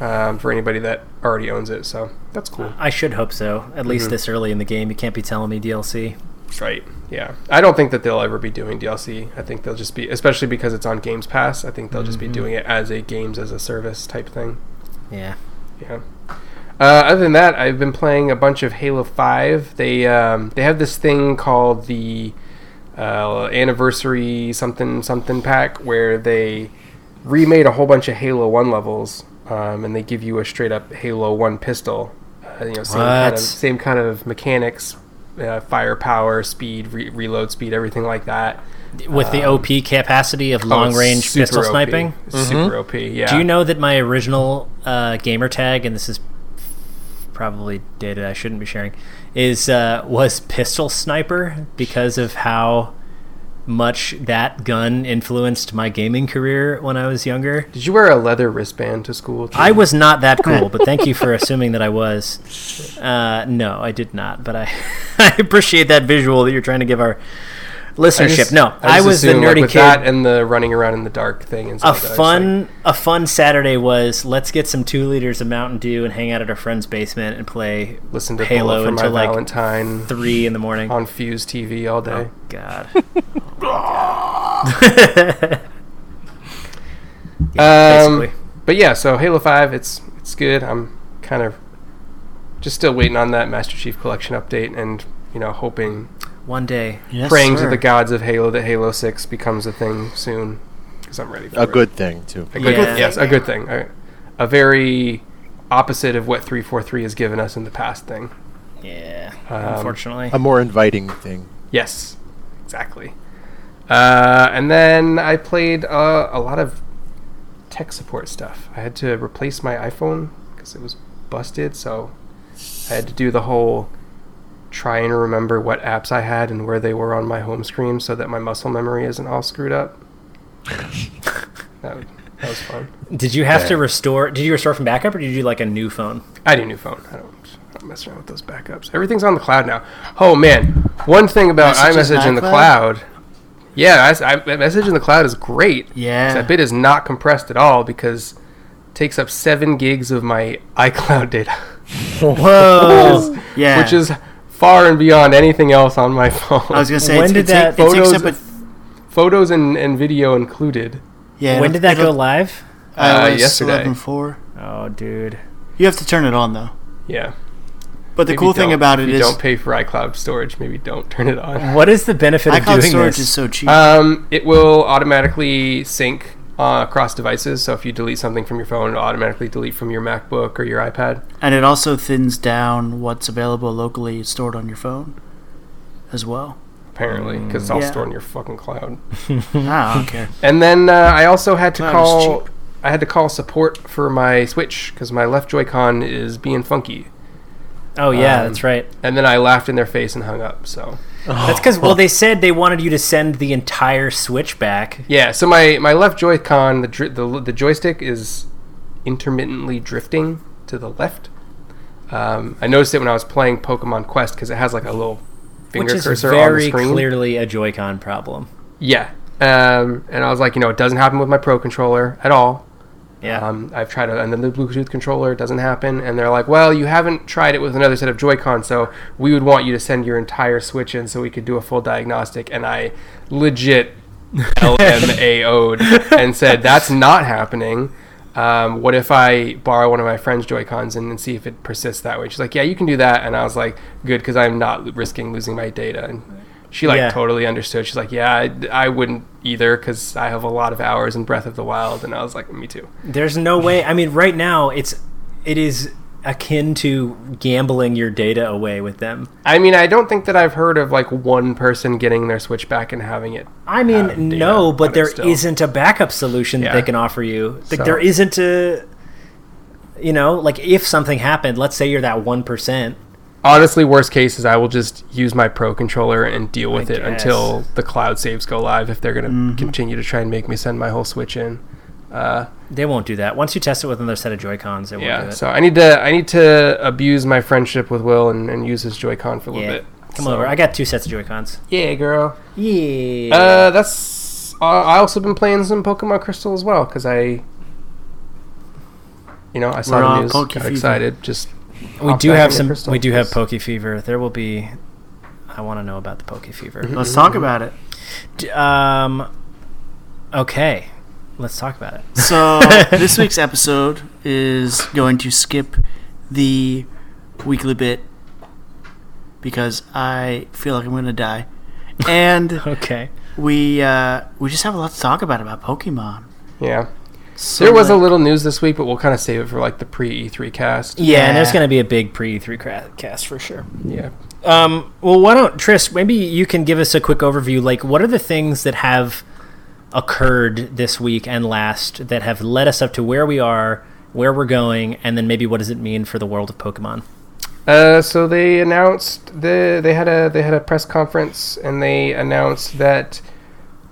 [SPEAKER 1] um, for anybody that already owns it. So that's cool,
[SPEAKER 2] I should hope so. At
[SPEAKER 1] Mm-hmm.
[SPEAKER 2] least this early in the game, you can't be telling me DLC.
[SPEAKER 1] right? Yeah, I don't think that they'll ever be doing DLC. I think they'll just be, especially because it's on Games Pass. I think they'll just be doing it as a games as a service type thing.
[SPEAKER 2] Yeah.
[SPEAKER 1] Yeah. Uh, other than that, I've been playing a bunch of Halo Five. They um, they have this thing called the uh, anniversary something something pack where they remade a whole bunch of Halo One levels, um, and they give you a straight up Halo One pistol. Uh, you know, same kind of
[SPEAKER 2] What?
[SPEAKER 1] same kind of mechanics, uh, firepower, speed, re- reload speed, everything like that.
[SPEAKER 2] With the OP capacity of
[SPEAKER 1] Um, Oh,
[SPEAKER 2] long
[SPEAKER 1] it's
[SPEAKER 2] range
[SPEAKER 1] super
[SPEAKER 2] pistol
[SPEAKER 1] OP.
[SPEAKER 2] sniping. Mm-hmm.
[SPEAKER 1] It's Super OP. Yeah.
[SPEAKER 2] Do you know that my original uh, gamer tag, and this is probably data I shouldn't be sharing, is uh, was pistol sniper because of how much that gun influenced my gaming career when I was younger.
[SPEAKER 1] Did you wear a leather wristband to school? too?
[SPEAKER 2] I was not that cool, but thank
[SPEAKER 1] [LAUGHS]
[SPEAKER 2] you for assuming that I [LAUGHS] was. Uh, no, I did not, but I, I appreciate that visual that you're trying to give our listenership.
[SPEAKER 1] just-
[SPEAKER 2] no, I,
[SPEAKER 1] just
[SPEAKER 2] was the
[SPEAKER 1] assumed, like,
[SPEAKER 2] nerdy
[SPEAKER 1] with
[SPEAKER 2] kid.
[SPEAKER 1] that and the running around in the dark thing. And
[SPEAKER 2] a
[SPEAKER 1] stuff, I was like,
[SPEAKER 2] fun a fun Saturday was let's get some two liters of Mountain Dew and hang out at our friend's basement and play
[SPEAKER 1] listen to Halo
[SPEAKER 2] Halo
[SPEAKER 1] for my
[SPEAKER 2] until, like,
[SPEAKER 1] Valentine
[SPEAKER 2] three in the morning.
[SPEAKER 1] on Fuse TV all day. [LAUGHS]
[SPEAKER 2] God, [LAUGHS]
[SPEAKER 1] Um,
[SPEAKER 2] basically.
[SPEAKER 1] but yeah, so Halo Five, it's it's good. I'm kind of just still waiting on that Master Chief Collection update, and you know, hoping,
[SPEAKER 2] one day.
[SPEAKER 3] Yes,
[SPEAKER 1] praying
[SPEAKER 3] sir.
[SPEAKER 1] to the gods of Halo that Halo Six becomes a thing soon, because I'm ready for
[SPEAKER 4] A
[SPEAKER 1] it.
[SPEAKER 4] good thing too.
[SPEAKER 1] a good,
[SPEAKER 2] Yeah.
[SPEAKER 1] yes, a good thing, a, a very opposite of what 343 has given us in the past thing.
[SPEAKER 2] Yeah,
[SPEAKER 1] Um,
[SPEAKER 2] unfortunately.
[SPEAKER 4] A more inviting thing.
[SPEAKER 1] Yes, exactly. Uh, and then I played uh, a lot of tech support stuff. I had to replace my iPhone because it was busted, so I had to do the whole try and remember what apps I had and where they were on my home screen so that my muscle memory isn't all screwed up. that, was- that was fun.
[SPEAKER 2] did you have to restore? Did you restore from backup, or did you do like a new phone?
[SPEAKER 1] I need a new phone. I don't, I don't mess around with those backups. Everything's on the cloud now. Oh man, one thing about
[SPEAKER 3] Messages
[SPEAKER 1] iMessage in the
[SPEAKER 3] iCloud?
[SPEAKER 1] cloud. Yeah, I, I, message in the cloud is great.
[SPEAKER 3] Yeah.
[SPEAKER 1] that bit is not compressed at all because it takes up seven gigs of my [LAUGHS] iCloud data,
[SPEAKER 2] Whoa!
[SPEAKER 3] yeah.
[SPEAKER 1] which is far and beyond anything else on my [LAUGHS] phone.
[SPEAKER 3] I was gonna say
[SPEAKER 2] When
[SPEAKER 3] it's,
[SPEAKER 2] did
[SPEAKER 3] it,
[SPEAKER 2] that-
[SPEAKER 3] take, it takes
[SPEAKER 1] Photos-
[SPEAKER 3] up a
[SPEAKER 1] Photos and, and video included.
[SPEAKER 3] [LAUGHS]
[SPEAKER 2] [LAUGHS]
[SPEAKER 3] yeah.
[SPEAKER 2] when did that go
[SPEAKER 3] it'll-
[SPEAKER 2] live?
[SPEAKER 1] Uh,
[SPEAKER 3] iOS
[SPEAKER 1] yesterday.
[SPEAKER 3] 11.4.
[SPEAKER 2] Oh, dude.
[SPEAKER 3] You have to turn it on though.
[SPEAKER 1] Yeah.
[SPEAKER 3] But the
[SPEAKER 1] Maybe
[SPEAKER 3] cool thing
[SPEAKER 1] don't-
[SPEAKER 3] about
[SPEAKER 1] if
[SPEAKER 3] it
[SPEAKER 1] you
[SPEAKER 3] is
[SPEAKER 1] don't pay for iCloud storage. Maybe don't turn it on.
[SPEAKER 2] What is the benefit of
[SPEAKER 3] iCloud
[SPEAKER 2] doing
[SPEAKER 3] storage
[SPEAKER 2] this?
[SPEAKER 3] is so cheap.
[SPEAKER 1] Um, it will automatically sync uh, across devices. So if you delete something from your phone, it'll automatically delete from your MacBook or your iPad.
[SPEAKER 3] And it also thins down what's available locally stored on your phone as well.
[SPEAKER 1] Apparently, because it's all
[SPEAKER 3] Yeah.
[SPEAKER 1] stored in your fucking cloud. Hmm.
[SPEAKER 3] Ah, I
[SPEAKER 1] [LAUGHS]
[SPEAKER 3] don't care.
[SPEAKER 1] And then uh, I also had to
[SPEAKER 3] Cloud is
[SPEAKER 1] call.
[SPEAKER 3] cheap.
[SPEAKER 1] I had to call support for my Switch because my left Joy-Con is being funky.
[SPEAKER 2] oh yeah,
[SPEAKER 1] um,
[SPEAKER 2] that's right.
[SPEAKER 1] And then I laughed in their face and hung up. So
[SPEAKER 2] That's because
[SPEAKER 1] Oh.
[SPEAKER 2] well, they said they wanted you to send the entire Switch back.
[SPEAKER 1] yeah, so my my left Joy-Con, the dri- the, the joystick is intermittently drifting to the left. Um, I noticed it when I was playing Pokemon Quest because it has like a little finger
[SPEAKER 2] Which is
[SPEAKER 1] cursor on the
[SPEAKER 2] very
[SPEAKER 1] screen.
[SPEAKER 2] clearly a Joy-Con problem.
[SPEAKER 1] Yeah. Um, and I was like, you know, it doesn't happen with my Pro controller at all.
[SPEAKER 2] Yeah.
[SPEAKER 1] Um, I've tried it, and then the Bluetooth controller it doesn't happen. And they're like, well, you haven't tried it with another set of Joy-Con, so we would want you to send your entire Switch in so we could do a full diagnostic. And I
[SPEAKER 2] [LAUGHS]
[SPEAKER 1] legit LMAO'd and said, that's not happening. Um, what if I borrow one of my friend's Joy-Cons and, and see if it persists that way? She's like, yeah, you can do that. And I was like, good, because I'm not lo- risking losing my data. And she like
[SPEAKER 2] Yeah.
[SPEAKER 1] totally understood. She's like, yeah, I, I wouldn't either because I have a lot of hours in Breath of the Wild. And I was like, me too.
[SPEAKER 2] There's no way. I mean, right now it's it is akin to gambling your data away with them.
[SPEAKER 1] I mean, I don't think that I've heard of like one person getting their Switch back and having it.
[SPEAKER 2] I mean,
[SPEAKER 1] Have data
[SPEAKER 2] no,
[SPEAKER 1] on
[SPEAKER 2] but
[SPEAKER 1] it
[SPEAKER 2] there
[SPEAKER 1] still.
[SPEAKER 2] not a backup solution that
[SPEAKER 1] Yeah.
[SPEAKER 2] they can offer you. Like
[SPEAKER 1] So-
[SPEAKER 2] there isn't a you know, like if something happened, let's say you're that 1%.
[SPEAKER 1] Honestly, worst case is I will just use my Pro controller and deal with
[SPEAKER 2] I
[SPEAKER 1] it
[SPEAKER 2] guess.
[SPEAKER 1] until the cloud saves go live if they're going to continue to try and make me send my whole Switch in. Uh,
[SPEAKER 2] They won't do that. Once you test it with another set of Joy-Cons, they won't do
[SPEAKER 1] Yeah,
[SPEAKER 2] it.
[SPEAKER 1] so I need to I need to abuse my friendship with Will and, and use his Joy-Con for a little
[SPEAKER 2] yeah.
[SPEAKER 1] bit.
[SPEAKER 2] Come
[SPEAKER 1] So-
[SPEAKER 2] over. I got two sets of Joy-Cons.
[SPEAKER 1] yeah, girl.
[SPEAKER 2] Yeah.
[SPEAKER 1] Uh, that's I I also been playing some Pokemon Crystal as well because I, you know, I
[SPEAKER 3] We're
[SPEAKER 1] saw
[SPEAKER 3] on
[SPEAKER 1] the news,
[SPEAKER 3] Poke
[SPEAKER 1] got
[SPEAKER 3] Fever.
[SPEAKER 1] excited, just
[SPEAKER 2] we
[SPEAKER 1] hop
[SPEAKER 2] do
[SPEAKER 1] back
[SPEAKER 2] have
[SPEAKER 1] into
[SPEAKER 2] some
[SPEAKER 1] Crystal
[SPEAKER 2] we do have
[SPEAKER 1] 'cause-
[SPEAKER 2] Poke Fever. There will be I want to know about the Poke Fever.
[SPEAKER 1] Mm-hmm.
[SPEAKER 3] Let's talk about it.
[SPEAKER 2] D- Um okay. Let's talk about it. [LAUGHS]
[SPEAKER 1] [LAUGHS]
[SPEAKER 3] So this week's episode is going to skip the weekly bit because I feel like I'm going to die,
[SPEAKER 1] [LAUGHS]
[SPEAKER 3] and
[SPEAKER 2] Okay.
[SPEAKER 3] we uh, we just have a lot to talk about about Pokemon.
[SPEAKER 1] yeah.
[SPEAKER 3] So
[SPEAKER 1] There was a
[SPEAKER 3] like-
[SPEAKER 1] little news this week, but we'll kind of save it for like the pre E3 cast.
[SPEAKER 2] Yeah,
[SPEAKER 3] Yeah.
[SPEAKER 2] and there's going to be a big pre E3 cra- cast for sure.
[SPEAKER 1] Yeah.
[SPEAKER 2] Um, well, why don't Tris? Maybe you can give us a quick overview. Like, what are the things that have occurred this week and last that have led us up to where we are, where we're going, and then maybe what does it mean for the world of Pokemon?
[SPEAKER 1] Uh, so they announced the they had a they had a press conference and they announced that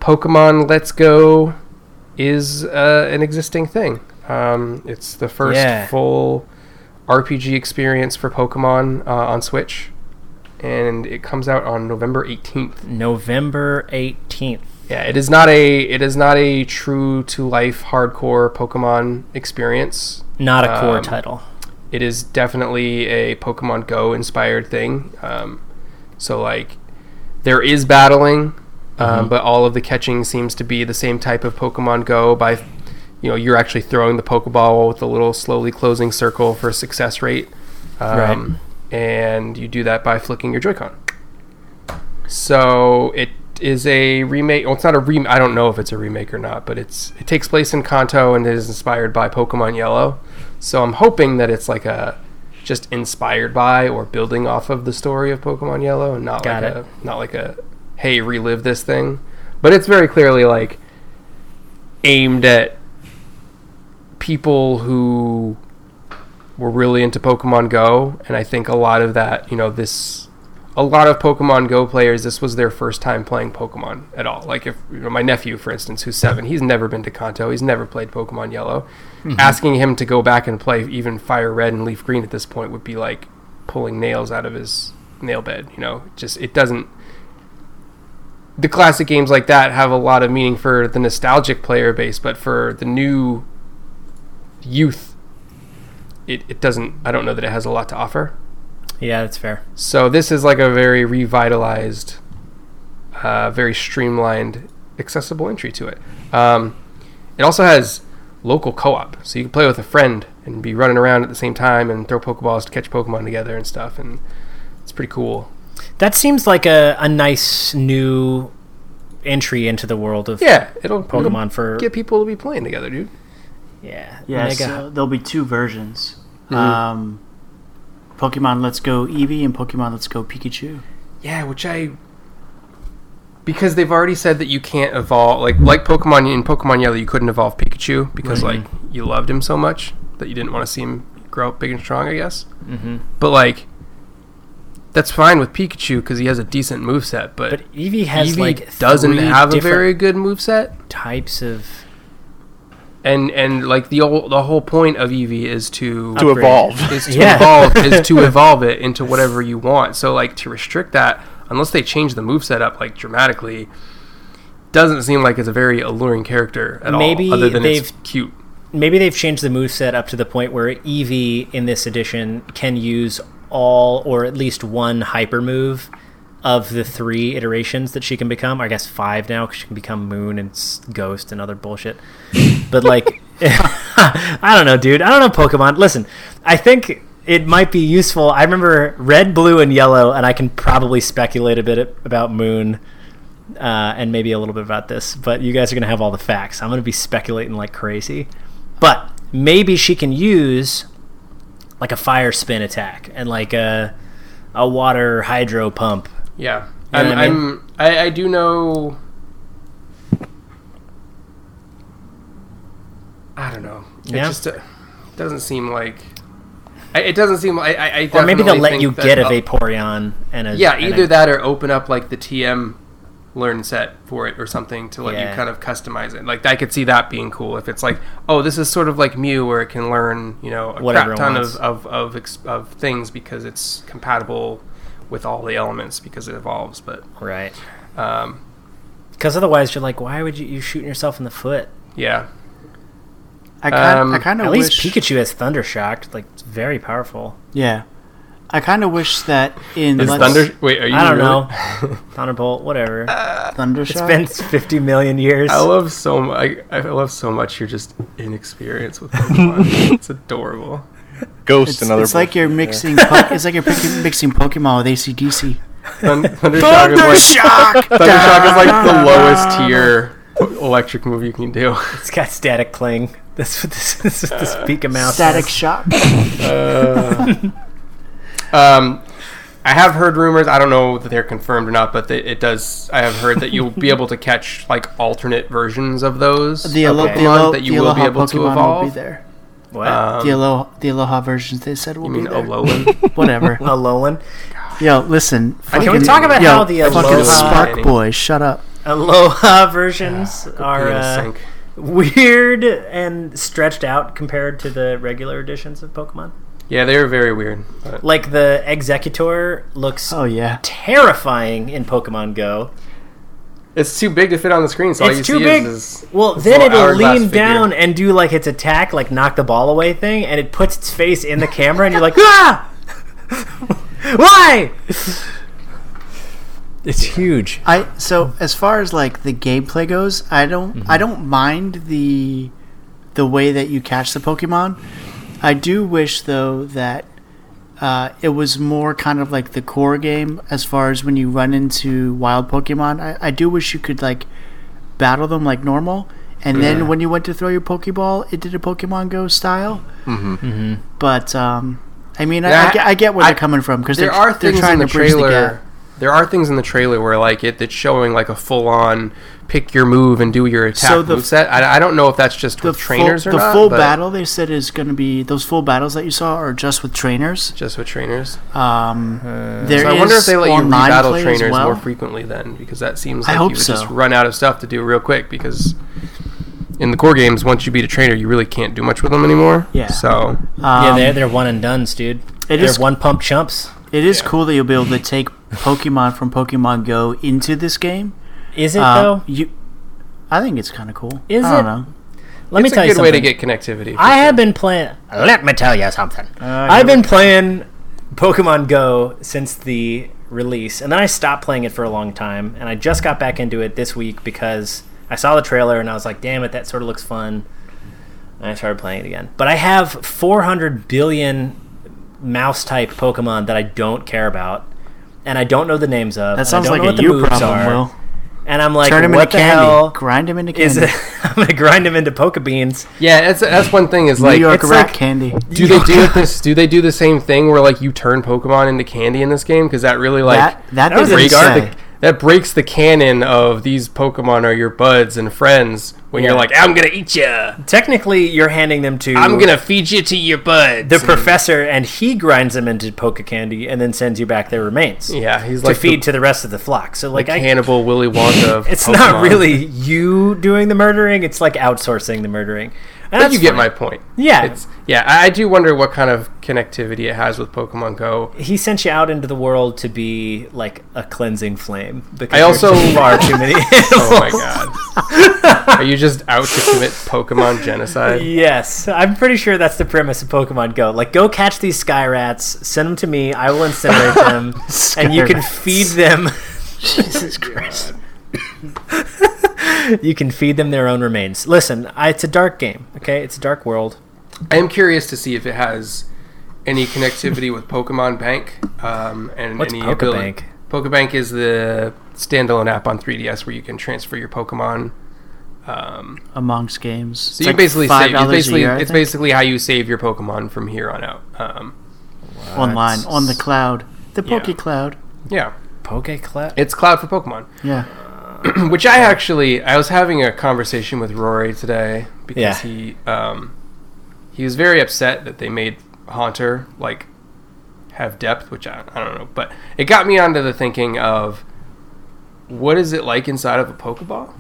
[SPEAKER 1] Pokemon Let's Go is uh, an existing thing. Um, it's the first
[SPEAKER 2] Yeah.
[SPEAKER 1] full RPG experience for Pokemon uh, on Switch. and it comes out on November 18th.
[SPEAKER 2] November 18th.
[SPEAKER 1] Yeah, it is not a it is not a true to life hardcore Pokemon experience.
[SPEAKER 2] Not a core
[SPEAKER 1] Um,
[SPEAKER 2] title.
[SPEAKER 1] It is definitely a Pokemon Go inspired thing. Um, so like, there is battling, um, but all of the catching seems to be the same type of Pokemon Go. By, you know, you're actually throwing the Pokeball with a little slowly closing circle for success rate, um, and you do that by flicking your Joy-Con. So it is a remake. Well, it's not a rem. I don't know if it's a remake or not, but it's it takes place in Kanto and is inspired by Pokemon Yellow. So I'm hoping that it's like a just inspired by or building off of the story of Pokemon Yellow, and not
[SPEAKER 2] Got
[SPEAKER 1] like
[SPEAKER 2] it.
[SPEAKER 1] a not like a hey relive this thing. But it's very clearly like aimed at people who were really into Pokemon Go, and I think a lot of that, you know, this, a lot of Pokemon Go players, this was their first time playing Pokemon at all. Like if you know, my nephew, for instance, who's seven, he's never been to Kanto, he's never played Pokemon Yellow. Asking him to go back and play even Fire Red and Leaf Green at this point would be like pulling nails out of his nail bed. You know, just it doesn't. The classic games like that have a lot of meaning for the nostalgic player base, but for the new youth it, it doesn't i don't know that it has a lot to offer
[SPEAKER 2] Yeah, that's fair.
[SPEAKER 1] so this is like a very revitalized uh, very streamlined accessible entry to it um, it also has local co-op so you can play with a friend and be running around at the same time and throw pokeballs to catch pokemon together and stuff and it's pretty cool
[SPEAKER 2] That seems like a, a nice new entry into the world of
[SPEAKER 1] yeah it'll it'll
[SPEAKER 2] Pokemon for
[SPEAKER 1] get people to be playing together dude
[SPEAKER 2] yeah
[SPEAKER 3] Yeah,
[SPEAKER 2] Mega- Mm-hmm.
[SPEAKER 3] so there'll be two versions. Um, Pokemon Let's Go Eevee and Pokemon Let's Go Pikachu.
[SPEAKER 1] Yeah, which I because they've already said that you can't evolve like like Pokemon in Pokemon Yellow you couldn't evolve Pikachu because like you loved him so much that you didn't want to see him grow up big and strong, I guess. Mm-hmm. But like that's fine with Pikachu because he has a decent moveset, but,
[SPEAKER 2] but Eevee has
[SPEAKER 1] Eevee
[SPEAKER 2] like
[SPEAKER 1] doesn't
[SPEAKER 2] three
[SPEAKER 1] have a
[SPEAKER 2] different
[SPEAKER 1] very good moveset.
[SPEAKER 2] types of
[SPEAKER 1] And and like the old, the whole point of Eevee is to
[SPEAKER 4] to
[SPEAKER 2] Upgrade.
[SPEAKER 4] evolve.
[SPEAKER 1] is to
[SPEAKER 2] [LAUGHS] Yeah.
[SPEAKER 1] evolve is
[SPEAKER 2] [LAUGHS]
[SPEAKER 1] to evolve it into whatever you want. So like to restrict that unless they change the moveset up like dramatically doesn't seem like it's a very alluring character at
[SPEAKER 2] Maybe
[SPEAKER 1] all other than it's
[SPEAKER 2] they've-
[SPEAKER 1] cute.
[SPEAKER 2] maybe they've changed the moveset up to the point where Eevee in this edition can use all or at least one hyper move of the three iterations that she can become. I guess five now because she can become Moon and S- Ghost and other bullshit. But like, [LAUGHS] I don't know, dude. I don't know Pokemon. Listen, I think it might be useful. I remember Red, Blue, and Yellow, and I can probably speculate a bit about Moon. Uh, and maybe a little bit about this, but you guys are going to have all the facts. I'm going to be speculating like crazy. But maybe she can use like a fire spin attack and like a a water hydro pump.
[SPEAKER 1] Yeah.
[SPEAKER 2] You
[SPEAKER 1] I'm,
[SPEAKER 2] know what
[SPEAKER 1] I,
[SPEAKER 2] I mean?
[SPEAKER 1] am I, I do know I don't know. It
[SPEAKER 2] Yeah.
[SPEAKER 1] just uh, doesn't seem like I, it doesn't seem I I, I
[SPEAKER 2] Or maybe they'll
[SPEAKER 1] definitely
[SPEAKER 2] let
[SPEAKER 1] think
[SPEAKER 2] you
[SPEAKER 1] that
[SPEAKER 2] get a
[SPEAKER 1] I'll-
[SPEAKER 2] Vaporeon and a
[SPEAKER 1] Yeah,
[SPEAKER 2] and
[SPEAKER 1] either
[SPEAKER 2] a-
[SPEAKER 1] that or open up like the TM learn set for it or something to let
[SPEAKER 2] Yeah.
[SPEAKER 1] you kind of customize it. Like I could see that being cool if it's like, oh, this is sort of like Mew where it can learn, you know, a
[SPEAKER 2] Whatever it
[SPEAKER 1] crap ton
[SPEAKER 2] wants.
[SPEAKER 1] of of of, ex- of things because it's compatible with all the elements because it evolves. But
[SPEAKER 2] right.
[SPEAKER 1] um,
[SPEAKER 2] Because otherwise, you're like, why would you you shooting yourself in the foot?
[SPEAKER 1] yeah,
[SPEAKER 3] I kind
[SPEAKER 1] Um,
[SPEAKER 3] I kind of
[SPEAKER 2] At
[SPEAKER 3] wish
[SPEAKER 2] least Pikachu has Thunder Shock, like it's very powerful.
[SPEAKER 3] Yeah, I kind of wish that in
[SPEAKER 1] is
[SPEAKER 3] Let's-
[SPEAKER 1] Thunder? Wait, are you?
[SPEAKER 2] I don't
[SPEAKER 1] really- Uh,
[SPEAKER 2] know,
[SPEAKER 1] [LAUGHS]
[SPEAKER 2] Thunderbolt, whatever. it's
[SPEAKER 3] Thundershock.
[SPEAKER 2] been 50 million years.
[SPEAKER 1] I love so much. I, I love so much. You're just inexperienced with Pokemon.
[SPEAKER 2] [LAUGHS]
[SPEAKER 1] it's adorable.
[SPEAKER 4] [LAUGHS] Ghost
[SPEAKER 3] it's,
[SPEAKER 4] another.
[SPEAKER 3] it's like you're mixing. Po- [LAUGHS] it's like you're picking, mixing Pokemon with ACDC.
[SPEAKER 1] Thun- Thundershock is like [LAUGHS] Thundershock is like the lowest tier electric move you can do. [LAUGHS]
[SPEAKER 2] It's got static cling. [LAUGHS] That's what this, this is what
[SPEAKER 1] Uh,
[SPEAKER 2] this Pika mouse.
[SPEAKER 3] Static
[SPEAKER 2] is.
[SPEAKER 3] Shock.
[SPEAKER 1] Um, I have heard rumors. I don't know that they're confirmed or not, but they, it does. I have heard that you'll be able to catch like alternate versions of those
[SPEAKER 3] The, Alo-
[SPEAKER 2] Okay.
[SPEAKER 3] the, Alo-
[SPEAKER 1] that you
[SPEAKER 3] the
[SPEAKER 1] will be
[SPEAKER 3] Aloha
[SPEAKER 1] able
[SPEAKER 3] Pokemon
[SPEAKER 1] to
[SPEAKER 3] will
[SPEAKER 1] evolve.
[SPEAKER 3] be there.
[SPEAKER 2] What?
[SPEAKER 3] the Aloha the Aloha versions they said will
[SPEAKER 1] I Um,
[SPEAKER 3] be
[SPEAKER 1] mean,
[SPEAKER 2] [LAUGHS]
[SPEAKER 3] there.
[SPEAKER 1] Alolan.
[SPEAKER 3] [LAUGHS] Whatever.
[SPEAKER 2] Alolan.
[SPEAKER 3] Yo, listen. Fucking,
[SPEAKER 2] Can we talk about
[SPEAKER 3] yo,
[SPEAKER 2] how the
[SPEAKER 3] fucking
[SPEAKER 2] Aloha,
[SPEAKER 3] Spark Boy? Shut up.
[SPEAKER 2] Aloha [LAUGHS] versions
[SPEAKER 1] Ah,
[SPEAKER 2] are
[SPEAKER 1] Penis
[SPEAKER 2] uh,
[SPEAKER 1] sink.
[SPEAKER 2] weird and stretched out compared to the regular editions of Pokemon?
[SPEAKER 1] Yeah, they were very weird. But
[SPEAKER 2] Like the Executor looks
[SPEAKER 3] Oh yeah.
[SPEAKER 2] terrifying in Pokemon Go.
[SPEAKER 1] it's too big to fit on the screen, so all you
[SPEAKER 2] it's too
[SPEAKER 1] see
[SPEAKER 2] big.
[SPEAKER 1] is, is
[SPEAKER 2] well,
[SPEAKER 1] this
[SPEAKER 2] then
[SPEAKER 1] little
[SPEAKER 2] it'll
[SPEAKER 1] hourglass
[SPEAKER 2] lean
[SPEAKER 1] figure.
[SPEAKER 2] down and do like its attack, like knock the ball away thing, and it puts its face in the camera, and
[SPEAKER 1] [LAUGHS]
[SPEAKER 2] you're like, ah, [LAUGHS] why? It's huge.
[SPEAKER 3] I so as far as like the gameplay goes, I don't I don't mind the the way that you catch the Pokemon. I do wish though that uh, it was more kind of like the core game as far as when you run into wild Pokemon. I, I do wish you could like battle them like normal, and then when you went to throw your Pokeball, it did a Pokemon Go style. Mm-hmm. But um, I mean, I,
[SPEAKER 1] Yeah,
[SPEAKER 3] I, get, I get where
[SPEAKER 1] I-
[SPEAKER 3] they're coming from because
[SPEAKER 1] there
[SPEAKER 3] they're,
[SPEAKER 1] are
[SPEAKER 3] they're
[SPEAKER 1] things
[SPEAKER 3] trying
[SPEAKER 1] in the
[SPEAKER 3] to bridge the
[SPEAKER 1] trailer.
[SPEAKER 3] gap.
[SPEAKER 1] there are things in the trailer where like it that's showing like a full on pick your move and do your attack
[SPEAKER 3] So the-
[SPEAKER 1] moveset. I, I don't know if that's just with
[SPEAKER 3] full-
[SPEAKER 1] trainers or
[SPEAKER 3] the
[SPEAKER 1] not.
[SPEAKER 3] full
[SPEAKER 1] but
[SPEAKER 3] battle they said is going to be those full battles that you saw are just with trainers.
[SPEAKER 1] just with trainers.
[SPEAKER 3] Um, there
[SPEAKER 1] Uh, So I wonder
[SPEAKER 3] is
[SPEAKER 1] if they let you
[SPEAKER 3] online
[SPEAKER 1] rebattle
[SPEAKER 3] play as
[SPEAKER 1] trainers
[SPEAKER 3] well.
[SPEAKER 1] more frequently then, because that seems
[SPEAKER 3] I
[SPEAKER 1] like
[SPEAKER 3] hope
[SPEAKER 1] you would
[SPEAKER 3] so.
[SPEAKER 1] just run out of stuff to do real quick. Because in the core games, once you beat a trainer, you really can't do much with them anymore.
[SPEAKER 3] Yeah.
[SPEAKER 1] So
[SPEAKER 2] yeah,
[SPEAKER 3] Um,
[SPEAKER 2] they're, they're one and done's, dude.
[SPEAKER 3] It
[SPEAKER 2] they're
[SPEAKER 3] is-
[SPEAKER 2] one pump chumps.
[SPEAKER 3] it is cool that you'll be able to take Pokemon from Pokemon Go into this game.
[SPEAKER 2] Is it
[SPEAKER 3] Um,
[SPEAKER 2] though?
[SPEAKER 3] you, I think it's kind of cool.
[SPEAKER 2] Is
[SPEAKER 3] I don't
[SPEAKER 2] it?
[SPEAKER 3] know.
[SPEAKER 2] Let me
[SPEAKER 1] it's
[SPEAKER 2] tell
[SPEAKER 1] a
[SPEAKER 2] you
[SPEAKER 1] good way
[SPEAKER 2] something.
[SPEAKER 1] to get connectivity.
[SPEAKER 2] I have been playing. Let me tell you something.
[SPEAKER 3] Uh,
[SPEAKER 2] I've been playing Pokemon Go since the release, and then I stopped playing it for a long time, and I just got back into it this week because I saw the trailer and I was like, "Damn it, that sort of looks fun." And I started playing it again. But I have 400 billion mouse type Pokemon that I don't care about, and I don't know the names of.
[SPEAKER 3] That sounds
[SPEAKER 2] and I
[SPEAKER 3] like
[SPEAKER 2] don't know
[SPEAKER 3] a
[SPEAKER 2] what the
[SPEAKER 3] you
[SPEAKER 2] moves
[SPEAKER 3] problem.
[SPEAKER 2] are.
[SPEAKER 3] Will
[SPEAKER 2] And I'm like,
[SPEAKER 3] turn them
[SPEAKER 2] "What
[SPEAKER 3] into
[SPEAKER 2] the
[SPEAKER 3] candy,
[SPEAKER 2] hell
[SPEAKER 3] grind them into candy.
[SPEAKER 2] is it?" [LAUGHS] I'm gonna grind them into Pokebeans.
[SPEAKER 1] yeah, that's that's one thing. Is
[SPEAKER 3] New
[SPEAKER 1] like
[SPEAKER 3] York
[SPEAKER 1] it's [LAUGHS]
[SPEAKER 3] rat
[SPEAKER 1] like-
[SPEAKER 3] candy.
[SPEAKER 1] do they
[SPEAKER 2] [LAUGHS]
[SPEAKER 1] do it this? Do they do the same thing where like you turn Pokemon into candy in this game? Because that really like
[SPEAKER 3] that that,
[SPEAKER 2] was
[SPEAKER 3] they didn't
[SPEAKER 1] breaks
[SPEAKER 3] say.
[SPEAKER 1] the, that breaks the canon of these Pokemon are your buds and friends. When you're
[SPEAKER 2] Yeah.
[SPEAKER 1] like, I'm gonna eat ya,
[SPEAKER 2] Technically, you're handing them to.
[SPEAKER 1] I'm gonna feed you to your buds.
[SPEAKER 2] the professor and he grinds them into poke candy and then sends you back their remains
[SPEAKER 1] yeah, he's
[SPEAKER 2] to
[SPEAKER 1] like
[SPEAKER 2] feed
[SPEAKER 1] the,
[SPEAKER 2] to the rest of the flock. So like,
[SPEAKER 1] like
[SPEAKER 2] I,
[SPEAKER 1] Hannibal Willy Wonka. of
[SPEAKER 2] [LAUGHS] it's not
[SPEAKER 1] Pokemon.
[SPEAKER 2] really you doing the murdering; it's like outsourcing the murdering. And
[SPEAKER 1] But
[SPEAKER 2] that's
[SPEAKER 1] you get
[SPEAKER 2] fine.
[SPEAKER 1] my point.
[SPEAKER 2] Yeah.
[SPEAKER 1] it's yeah. I, I do wonder what kind of connectivity it has with Pokemon Go.
[SPEAKER 2] He sent you out into the world to be like a cleansing flame. Because
[SPEAKER 1] I
[SPEAKER 2] you're
[SPEAKER 1] also- [LAUGHS]
[SPEAKER 2] too far too many.
[SPEAKER 1] Oh my god, are you just out to commit Pokemon genocide?
[SPEAKER 2] Yes, I'm pretty sure that's the premise of Pokemon Go. Like, go catch these sky rats, send them to me, I will
[SPEAKER 1] [LAUGHS]
[SPEAKER 2] incinerate them, and you can
[SPEAKER 3] Skyrats.
[SPEAKER 2] feed them.
[SPEAKER 3] [LAUGHS]
[SPEAKER 2] [LAUGHS]
[SPEAKER 3] Jesus Christ.
[SPEAKER 2] you can feed them their own remains. Listen, I, it's a dark game. Okay, it's a dark world.
[SPEAKER 1] I am curious to see if it has any connectivity with Pokemon Bank um, and
[SPEAKER 2] What's
[SPEAKER 1] any
[SPEAKER 2] Pokebank?
[SPEAKER 1] ability. Pokebank is the standalone app on 3DS where you can transfer your Pokemon. Um,
[SPEAKER 3] Amongst games,
[SPEAKER 1] so you basically save. It's basically
[SPEAKER 3] year, I
[SPEAKER 1] it's
[SPEAKER 3] think.
[SPEAKER 1] basically how you save your Pokemon from here on out. Um,
[SPEAKER 3] online on the cloud, the Poke Cloud.
[SPEAKER 1] yeah,
[SPEAKER 2] Pokeclap.
[SPEAKER 1] it's cloud for Pokemon,
[SPEAKER 3] Yeah.
[SPEAKER 1] [LAUGHS] which I actually I was having a conversation with Rory today because
[SPEAKER 2] Yeah.
[SPEAKER 1] he um, he was very upset that they made Haunter like have depth, which I, I don't know, but it got me onto the thinking of what is it like inside of a Pokeball?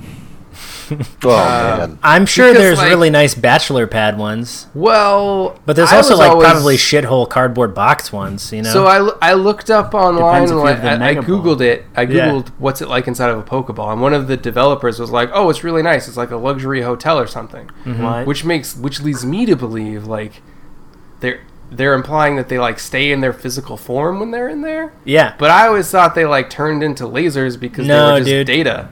[SPEAKER 4] Oh man.
[SPEAKER 2] I'm sure
[SPEAKER 1] Because,
[SPEAKER 2] there's
[SPEAKER 1] like-
[SPEAKER 2] really nice bachelor pad ones,
[SPEAKER 1] Well,
[SPEAKER 2] but there's
[SPEAKER 1] I
[SPEAKER 2] also
[SPEAKER 1] was
[SPEAKER 2] like
[SPEAKER 1] always-
[SPEAKER 2] probably shithole cardboard box ones. You know.
[SPEAKER 1] So I, l- I looked up online
[SPEAKER 3] Depends if you have the
[SPEAKER 1] and I, I
[SPEAKER 3] Mega
[SPEAKER 1] googled
[SPEAKER 3] Ball.
[SPEAKER 1] it. I
[SPEAKER 2] Yeah.
[SPEAKER 1] googled what's it like inside of a Pokeball, and one of the developers was like, "Oh, it's really nice. It's like a luxury hotel or something,"
[SPEAKER 3] What?
[SPEAKER 1] which makes which leads me to believe like they're they're implying that they like stay in their physical form when they're in there.
[SPEAKER 2] yeah.
[SPEAKER 1] But I always thought they like turned into lasers because
[SPEAKER 2] No,
[SPEAKER 1] they were just
[SPEAKER 2] dude.
[SPEAKER 1] data.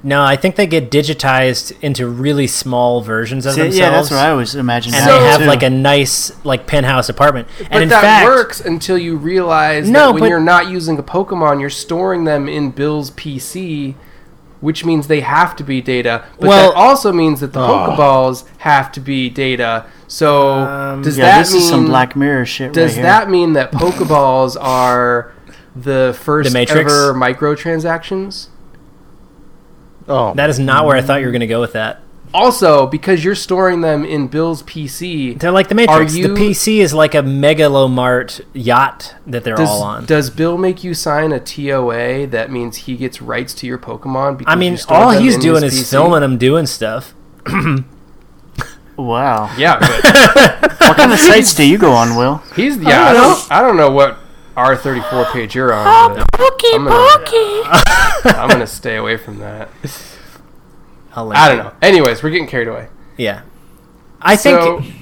[SPEAKER 2] no, I think they get digitized into really small versions of
[SPEAKER 3] Yeah,
[SPEAKER 2] themselves.
[SPEAKER 3] yeah, that's what I always imagined.
[SPEAKER 2] And
[SPEAKER 1] So-
[SPEAKER 2] they
[SPEAKER 3] happened,
[SPEAKER 2] have
[SPEAKER 3] too.
[SPEAKER 2] like a nice like penthouse apartment.
[SPEAKER 1] But
[SPEAKER 2] and in
[SPEAKER 1] that
[SPEAKER 2] fact,
[SPEAKER 1] works until you realize
[SPEAKER 2] No,
[SPEAKER 1] that when
[SPEAKER 2] but-
[SPEAKER 1] you're not using a Pokemon, you're storing them in Bill's PC, which means they have to be data. But
[SPEAKER 2] Well-
[SPEAKER 1] that also means that the
[SPEAKER 3] Ah.
[SPEAKER 1] Pokeballs have to be data. So
[SPEAKER 2] Um,
[SPEAKER 1] does
[SPEAKER 3] Yeah,
[SPEAKER 1] that
[SPEAKER 3] this
[SPEAKER 1] mean
[SPEAKER 3] is some Black Mirror shit right
[SPEAKER 1] does
[SPEAKER 3] here.
[SPEAKER 1] that mean that Pokeballs are the first
[SPEAKER 2] The Matrix?
[SPEAKER 1] ever microtransactions?
[SPEAKER 4] Oh,
[SPEAKER 2] that is not where I thought you were going to go with that.
[SPEAKER 1] Also, because you're storing them in Bill's PC,
[SPEAKER 2] They're like the Matrix.
[SPEAKER 1] you-
[SPEAKER 2] the PC is like a megalomart yacht that they're all on.
[SPEAKER 1] does, does Bill make you sign a TOA that means he gets rights to your Pokemon? Because
[SPEAKER 2] I mean,
[SPEAKER 1] you stored
[SPEAKER 2] all
[SPEAKER 1] them
[SPEAKER 2] he's
[SPEAKER 1] in
[SPEAKER 2] doing
[SPEAKER 1] his
[SPEAKER 2] is
[SPEAKER 1] PC?
[SPEAKER 2] filming them doing stuff.
[SPEAKER 3] Wow.
[SPEAKER 1] Yeah,
[SPEAKER 2] [LAUGHS]
[SPEAKER 1] but
[SPEAKER 3] What kind of sites do you go on, Will?
[SPEAKER 1] he's yeah. I don't, I don't know what R thirty four page you're on. but I'm gonna, I'm gonna stay away from that.
[SPEAKER 2] I'll
[SPEAKER 1] I don't know. Anyways, we're getting carried away.
[SPEAKER 2] Yeah. I think
[SPEAKER 1] So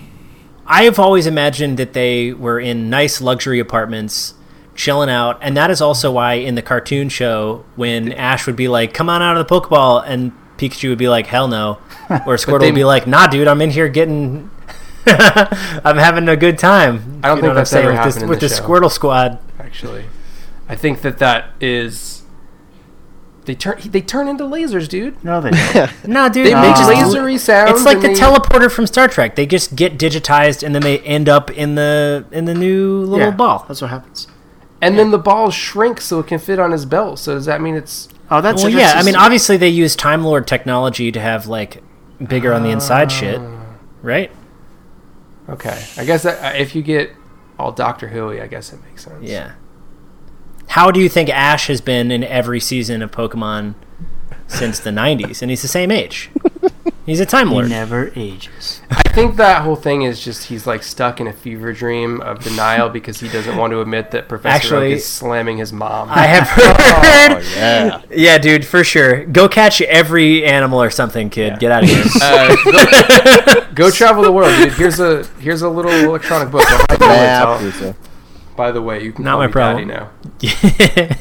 [SPEAKER 2] I've always imagined that they were in nice luxury apartments chilling out and that is also why in the cartoon show when Ash would be like come on out of the pokeball and Pikachu would be like
[SPEAKER 1] [LAUGHS]
[SPEAKER 2] hell no or Squirtle
[SPEAKER 1] they-
[SPEAKER 2] would be like nah dude I'm in here getting [LAUGHS] I'm having a good time
[SPEAKER 1] I don't think
[SPEAKER 2] You know what I'm
[SPEAKER 1] that's
[SPEAKER 2] saying
[SPEAKER 1] ever
[SPEAKER 2] with this,
[SPEAKER 1] happened in
[SPEAKER 2] with
[SPEAKER 1] the
[SPEAKER 2] this
[SPEAKER 1] show.
[SPEAKER 2] Squirtle squad
[SPEAKER 1] actually, I think that that is they turn they turn into lasers, dude.
[SPEAKER 3] No, they don't.
[SPEAKER 2] nah dude
[SPEAKER 1] They
[SPEAKER 2] they
[SPEAKER 1] make
[SPEAKER 2] just-
[SPEAKER 1] lasery sounds.
[SPEAKER 2] it's like
[SPEAKER 1] and
[SPEAKER 2] the
[SPEAKER 1] they-
[SPEAKER 2] teleporter from Star Trek they just get digitized and then they end up in the in the new little
[SPEAKER 3] Yeah,
[SPEAKER 2] ball
[SPEAKER 3] That's what happens.
[SPEAKER 1] and then the ball shrinks so it can fit on his belt. So does that mean it's
[SPEAKER 3] Oh, that's
[SPEAKER 2] Well, yeah.
[SPEAKER 3] interesting.
[SPEAKER 2] I mean, obviously they use Time Lord technology to have like bigger on the inside shit, right?
[SPEAKER 1] okay? I guess that, uh, if you get all Doctor Who-y, I guess it makes sense.
[SPEAKER 2] Yeah. How do you think Ash has been in every season of Pokemon since the '90s? And he's the same age. He's a Time
[SPEAKER 3] he
[SPEAKER 2] Lord.
[SPEAKER 3] never ages.
[SPEAKER 1] I think that whole thing is just he's like stuck in a fever dream of denial because he doesn't want to admit that Professor
[SPEAKER 2] Actually-
[SPEAKER 1] Oak is slamming his mom.
[SPEAKER 2] I have [LAUGHS] heard.
[SPEAKER 4] yeah.
[SPEAKER 2] yeah, dude, for sure. Go catch every animal or something, kid. Get out of here.
[SPEAKER 1] Uh, go, go travel the world, dude. Here's a here's a little electronic book. I write
[SPEAKER 4] Yeah,
[SPEAKER 1] notes.
[SPEAKER 4] Palooza.
[SPEAKER 1] I'll- By the way, you can
[SPEAKER 2] Not
[SPEAKER 1] call
[SPEAKER 2] my
[SPEAKER 1] me
[SPEAKER 2] problem.
[SPEAKER 1] Daddy now.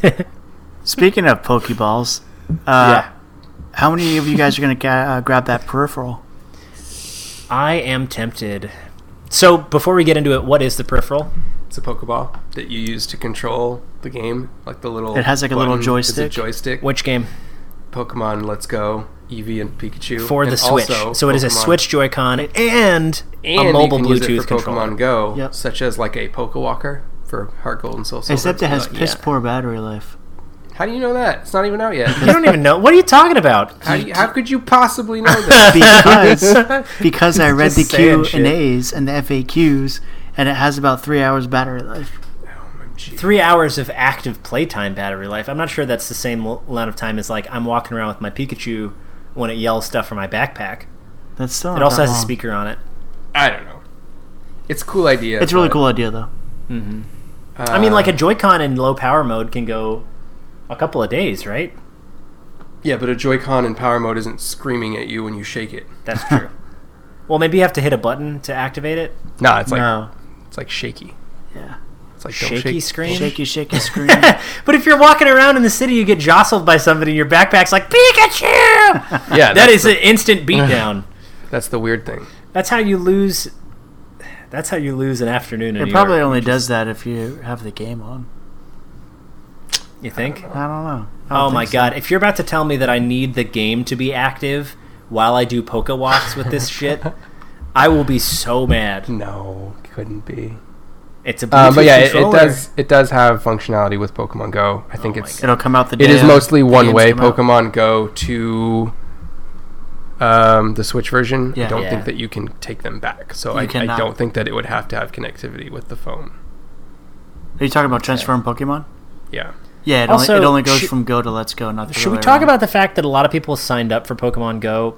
[SPEAKER 3] Speaking of Pokeballs, uh,
[SPEAKER 2] yeah.
[SPEAKER 3] how many of you guys are going to ga- uh, grab that peripheral?
[SPEAKER 2] [LAUGHS] I am tempted. So before we get into it, what is the peripheral?
[SPEAKER 1] It's a Pokeball that you use to control the game, like the little.
[SPEAKER 3] It has, like, a little
[SPEAKER 1] button is
[SPEAKER 3] joystick.
[SPEAKER 1] A joystick.
[SPEAKER 2] Which game?
[SPEAKER 1] Pokemon Let's Go, Eevee and Pikachu
[SPEAKER 2] for the
[SPEAKER 1] and
[SPEAKER 2] Switch.
[SPEAKER 1] also
[SPEAKER 2] So it is a
[SPEAKER 1] Pokemon-
[SPEAKER 2] Switch Joy-Con and,
[SPEAKER 1] and
[SPEAKER 2] a mobile
[SPEAKER 1] you can
[SPEAKER 2] Bluetooth
[SPEAKER 1] use it for
[SPEAKER 2] controller.
[SPEAKER 1] [LAUGHS] Pokemon Go,
[SPEAKER 3] Yep.
[SPEAKER 1] such as like a Pokewalker for Heart Gold and Soul Silver.
[SPEAKER 3] Except it has
[SPEAKER 2] uh, yeah.
[SPEAKER 3] piss poor battery life.
[SPEAKER 1] How do you know that? It's not even out yet.
[SPEAKER 2] You don't even know. What are you talking about?
[SPEAKER 1] How, do you, how could you possibly know
[SPEAKER 2] [LAUGHS]
[SPEAKER 1] that?
[SPEAKER 3] [LAUGHS] Because, because I read the
[SPEAKER 2] Just saying
[SPEAKER 3] Q and
[SPEAKER 2] shit.
[SPEAKER 3] A's and the FAQs, and it has about three hours battery life.
[SPEAKER 1] Oh,
[SPEAKER 2] Three hours of active playtime battery life. I'm not sure that's the same l- amount of time as like I'm walking around with my Pikachu when it yells stuff from my backpack.
[SPEAKER 3] That's still.
[SPEAKER 2] It
[SPEAKER 3] not
[SPEAKER 2] also
[SPEAKER 3] that
[SPEAKER 2] has a
[SPEAKER 3] long.
[SPEAKER 2] speaker on it.
[SPEAKER 1] I don't know. It's a cool idea.
[SPEAKER 3] It's a really
[SPEAKER 1] but,
[SPEAKER 3] cool idea though.
[SPEAKER 1] uh,
[SPEAKER 2] I mean, like a Joy-Con in low power mode can go a couple of days, right?
[SPEAKER 1] yeah, but a Joy-Con in power mode isn't screaming at you when you shake it.
[SPEAKER 2] That's
[SPEAKER 1] [LAUGHS]
[SPEAKER 2] true. well, maybe you have to hit a button to activate it.
[SPEAKER 1] Nah, it's like
[SPEAKER 3] no,
[SPEAKER 1] it's like shaky.
[SPEAKER 3] yeah,
[SPEAKER 1] It's like don't
[SPEAKER 2] Shaky
[SPEAKER 1] shake.
[SPEAKER 2] screen.
[SPEAKER 3] shaky, [LAUGHS] shaky screen.
[SPEAKER 2] [LAUGHS] but if you're walking around in the city, you get jostled by somebody, and your backpack's like Pikachu.
[SPEAKER 3] [LAUGHS]
[SPEAKER 1] Yeah,
[SPEAKER 2] That
[SPEAKER 1] that's
[SPEAKER 2] is an instant beatdown.
[SPEAKER 1] the- that's the weird thing.
[SPEAKER 2] That's how you lose. That's how you lose an afternoon. In
[SPEAKER 3] It
[SPEAKER 2] New
[SPEAKER 3] probably
[SPEAKER 2] York,
[SPEAKER 3] only does that if you have the game on.
[SPEAKER 2] you think?
[SPEAKER 3] I don't know. I don't
[SPEAKER 2] Oh my
[SPEAKER 3] think so.
[SPEAKER 2] god! If you're about to tell me that I need the game to be active while I do polka walks with this shit, I will be so mad.
[SPEAKER 1] No, couldn't be.
[SPEAKER 2] It's a Bluetooth
[SPEAKER 1] Um, but yeah, it, it
[SPEAKER 2] controller.
[SPEAKER 1] does. It does have functionality with Pokemon Go. I think it's
[SPEAKER 3] It'll come out the day.
[SPEAKER 1] It is
[SPEAKER 3] of-
[SPEAKER 1] mostly
[SPEAKER 3] the
[SPEAKER 1] one
[SPEAKER 3] games
[SPEAKER 1] way
[SPEAKER 3] come
[SPEAKER 1] Pokemon
[SPEAKER 3] out.
[SPEAKER 1] Go to um, the Switch version. I
[SPEAKER 3] Yeah.
[SPEAKER 1] don't
[SPEAKER 2] Yeah.
[SPEAKER 1] think that you can take them back. So
[SPEAKER 3] You
[SPEAKER 1] I, I
[SPEAKER 3] cannot.
[SPEAKER 1] don't think that it would have to have connectivity with the phone.
[SPEAKER 3] Are you talking about transferring Pokemon?
[SPEAKER 1] Yeah.
[SPEAKER 3] Yeah, it,
[SPEAKER 2] Also,
[SPEAKER 3] only, it only goes
[SPEAKER 2] should-
[SPEAKER 3] from go to let's go, not the
[SPEAKER 2] Should we talk about the fact that a lot of people signed up for Pokemon Go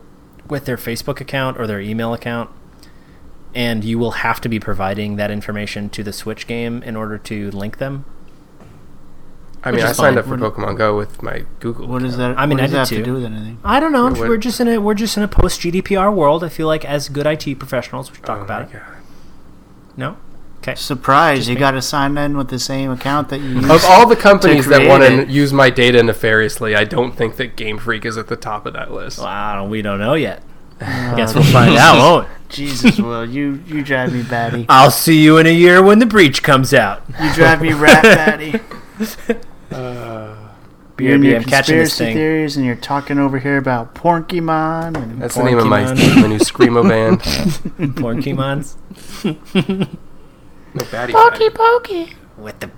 [SPEAKER 2] with their Facebook account or their email account? And you will have to be providing that information to the Switch game in order to link them.
[SPEAKER 1] I mean,
[SPEAKER 3] is
[SPEAKER 1] I signed
[SPEAKER 3] fine.
[SPEAKER 1] up for
[SPEAKER 3] Wouldn't-
[SPEAKER 1] Pokemon Go with my Google.
[SPEAKER 3] What is
[SPEAKER 1] account.
[SPEAKER 3] that?
[SPEAKER 2] I mean,
[SPEAKER 3] what does
[SPEAKER 2] I
[SPEAKER 3] that
[SPEAKER 2] did
[SPEAKER 3] have to
[SPEAKER 2] too.
[SPEAKER 3] do with anything?
[SPEAKER 2] I don't know.
[SPEAKER 1] Yeah, what-
[SPEAKER 2] We're just in a we're just in a post GDPR world. I feel like as good IT professionals, we should talk
[SPEAKER 1] Oh
[SPEAKER 2] about it.
[SPEAKER 1] my God.
[SPEAKER 2] No,
[SPEAKER 3] Surprise! You got to sign in with the same account that you. Used.
[SPEAKER 1] Of all the companies that
[SPEAKER 3] create
[SPEAKER 1] want
[SPEAKER 3] it.
[SPEAKER 1] to use my data nefariously, I don't think that Game Freak is at the top of that list.
[SPEAKER 2] wow, we don't know [LAUGHS] yet. Guess we'll find [LAUGHS] out. won't we?
[SPEAKER 3] Jesus, Will, you you drive me
[SPEAKER 2] [LAUGHS]
[SPEAKER 3] batty.
[SPEAKER 2] I'll see you in a year when the breach comes out.
[SPEAKER 3] You drive me rat batty. You're in
[SPEAKER 2] BRB,
[SPEAKER 3] your
[SPEAKER 2] I'm catching this
[SPEAKER 3] conspiracy
[SPEAKER 2] thing.
[SPEAKER 3] theories, and you're talking over here about Porkymon and
[SPEAKER 1] That's the name of my, [LAUGHS]
[SPEAKER 2] Porcupine.
[SPEAKER 1] my new screamo
[SPEAKER 2] [LAUGHS]
[SPEAKER 1] band.
[SPEAKER 4] [LAUGHS]
[SPEAKER 2] Porkymons
[SPEAKER 1] No baddie.
[SPEAKER 2] with the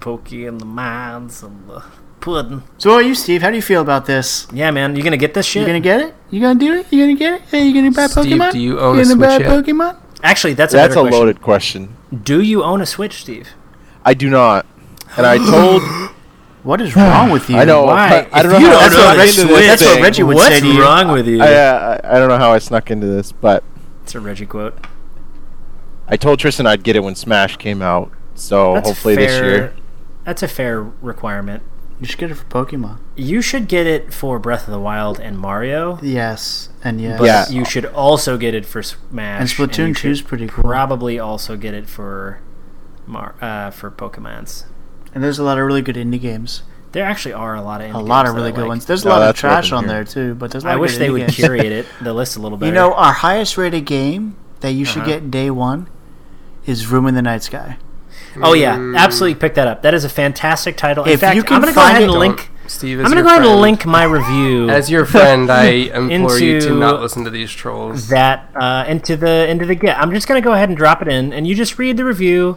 [SPEAKER 2] pokey and the mines and the pudding.
[SPEAKER 3] So, what are you, Steve? How do you feel about this?
[SPEAKER 2] Yeah, man, you gonna get this shit?
[SPEAKER 3] You gonna get it? You gonna do it? You gonna get it? Hey, you gonna buy
[SPEAKER 1] Steve,
[SPEAKER 3] Pokemon?
[SPEAKER 1] do you own
[SPEAKER 3] you
[SPEAKER 1] a
[SPEAKER 3] gonna buy
[SPEAKER 1] Switch yet?
[SPEAKER 3] Pokemon?
[SPEAKER 2] Actually, that's a
[SPEAKER 4] That's
[SPEAKER 2] better
[SPEAKER 4] a
[SPEAKER 2] question.
[SPEAKER 4] loaded question.
[SPEAKER 2] Do you own a Switch, Steve?
[SPEAKER 4] I do not. And I told
[SPEAKER 3] What is wrong with you?
[SPEAKER 4] [SIGHS] I know.
[SPEAKER 2] Why?
[SPEAKER 4] I don't
[SPEAKER 2] If
[SPEAKER 4] know.
[SPEAKER 2] you
[SPEAKER 4] how I
[SPEAKER 2] don't know
[SPEAKER 4] snuck
[SPEAKER 2] this
[SPEAKER 4] into this
[SPEAKER 2] Switch-
[SPEAKER 3] That's what
[SPEAKER 4] thing.
[SPEAKER 3] Reggie would
[SPEAKER 2] What's
[SPEAKER 3] say to you.
[SPEAKER 2] wrong with you?
[SPEAKER 4] I, uh, I I don't know how I snuck into this, but
[SPEAKER 2] It's a Reggie quote.
[SPEAKER 4] I told Tristan I'd get it when Smash came out, so
[SPEAKER 2] That's
[SPEAKER 4] hopefully this
[SPEAKER 2] fair-
[SPEAKER 4] year.
[SPEAKER 2] That's a fair requirement.
[SPEAKER 3] You should get it for Pokemon.
[SPEAKER 2] You should get it for Breath of the Wild and Mario.
[SPEAKER 3] Yes, and yes.
[SPEAKER 2] But
[SPEAKER 4] Yeah.
[SPEAKER 2] you should also get it for Smash.
[SPEAKER 3] And
[SPEAKER 2] you
[SPEAKER 3] Splatoon
[SPEAKER 2] should
[SPEAKER 3] 2 is pretty cool.
[SPEAKER 2] Probably also get it for Mar- uh, for Pokemon's.
[SPEAKER 3] and there's a lot of really good indie games.
[SPEAKER 2] There actually are a lot of indie
[SPEAKER 3] A lot
[SPEAKER 2] games
[SPEAKER 3] of
[SPEAKER 2] that I
[SPEAKER 3] really good
[SPEAKER 2] like.
[SPEAKER 3] ones. There's a
[SPEAKER 4] No,
[SPEAKER 3] lot of
[SPEAKER 4] that's what I've
[SPEAKER 3] trash
[SPEAKER 4] been
[SPEAKER 3] on
[SPEAKER 4] hearing.
[SPEAKER 3] there too, but there's a lot
[SPEAKER 2] I
[SPEAKER 3] of
[SPEAKER 2] wish
[SPEAKER 3] good
[SPEAKER 2] they
[SPEAKER 3] indie
[SPEAKER 2] would
[SPEAKER 3] games.
[SPEAKER 2] curate it the list a little better.
[SPEAKER 3] [LAUGHS] You know, our highest rated game that you should
[SPEAKER 2] Uh-huh.
[SPEAKER 3] get day one is Room in the
[SPEAKER 2] [LAUGHS]
[SPEAKER 3] Night Sky.
[SPEAKER 2] oh yeah, absolutely pick that up. That is a fantastic title. In
[SPEAKER 3] mm. If
[SPEAKER 2] fact,
[SPEAKER 3] you
[SPEAKER 2] I'm
[SPEAKER 3] can
[SPEAKER 2] gonna go
[SPEAKER 3] find
[SPEAKER 2] ahead and
[SPEAKER 3] it-
[SPEAKER 2] link.
[SPEAKER 1] Steve is
[SPEAKER 2] I'm gonna
[SPEAKER 1] your
[SPEAKER 2] go ahead and
[SPEAKER 1] friend.
[SPEAKER 2] link my review
[SPEAKER 1] As your friend,
[SPEAKER 3] [LAUGHS]
[SPEAKER 1] I implore you to
[SPEAKER 2] Into-
[SPEAKER 1] not listen to these trolls.
[SPEAKER 2] that uh, into the into the get. I'm just gonna go ahead and drop it in, and you just read the review.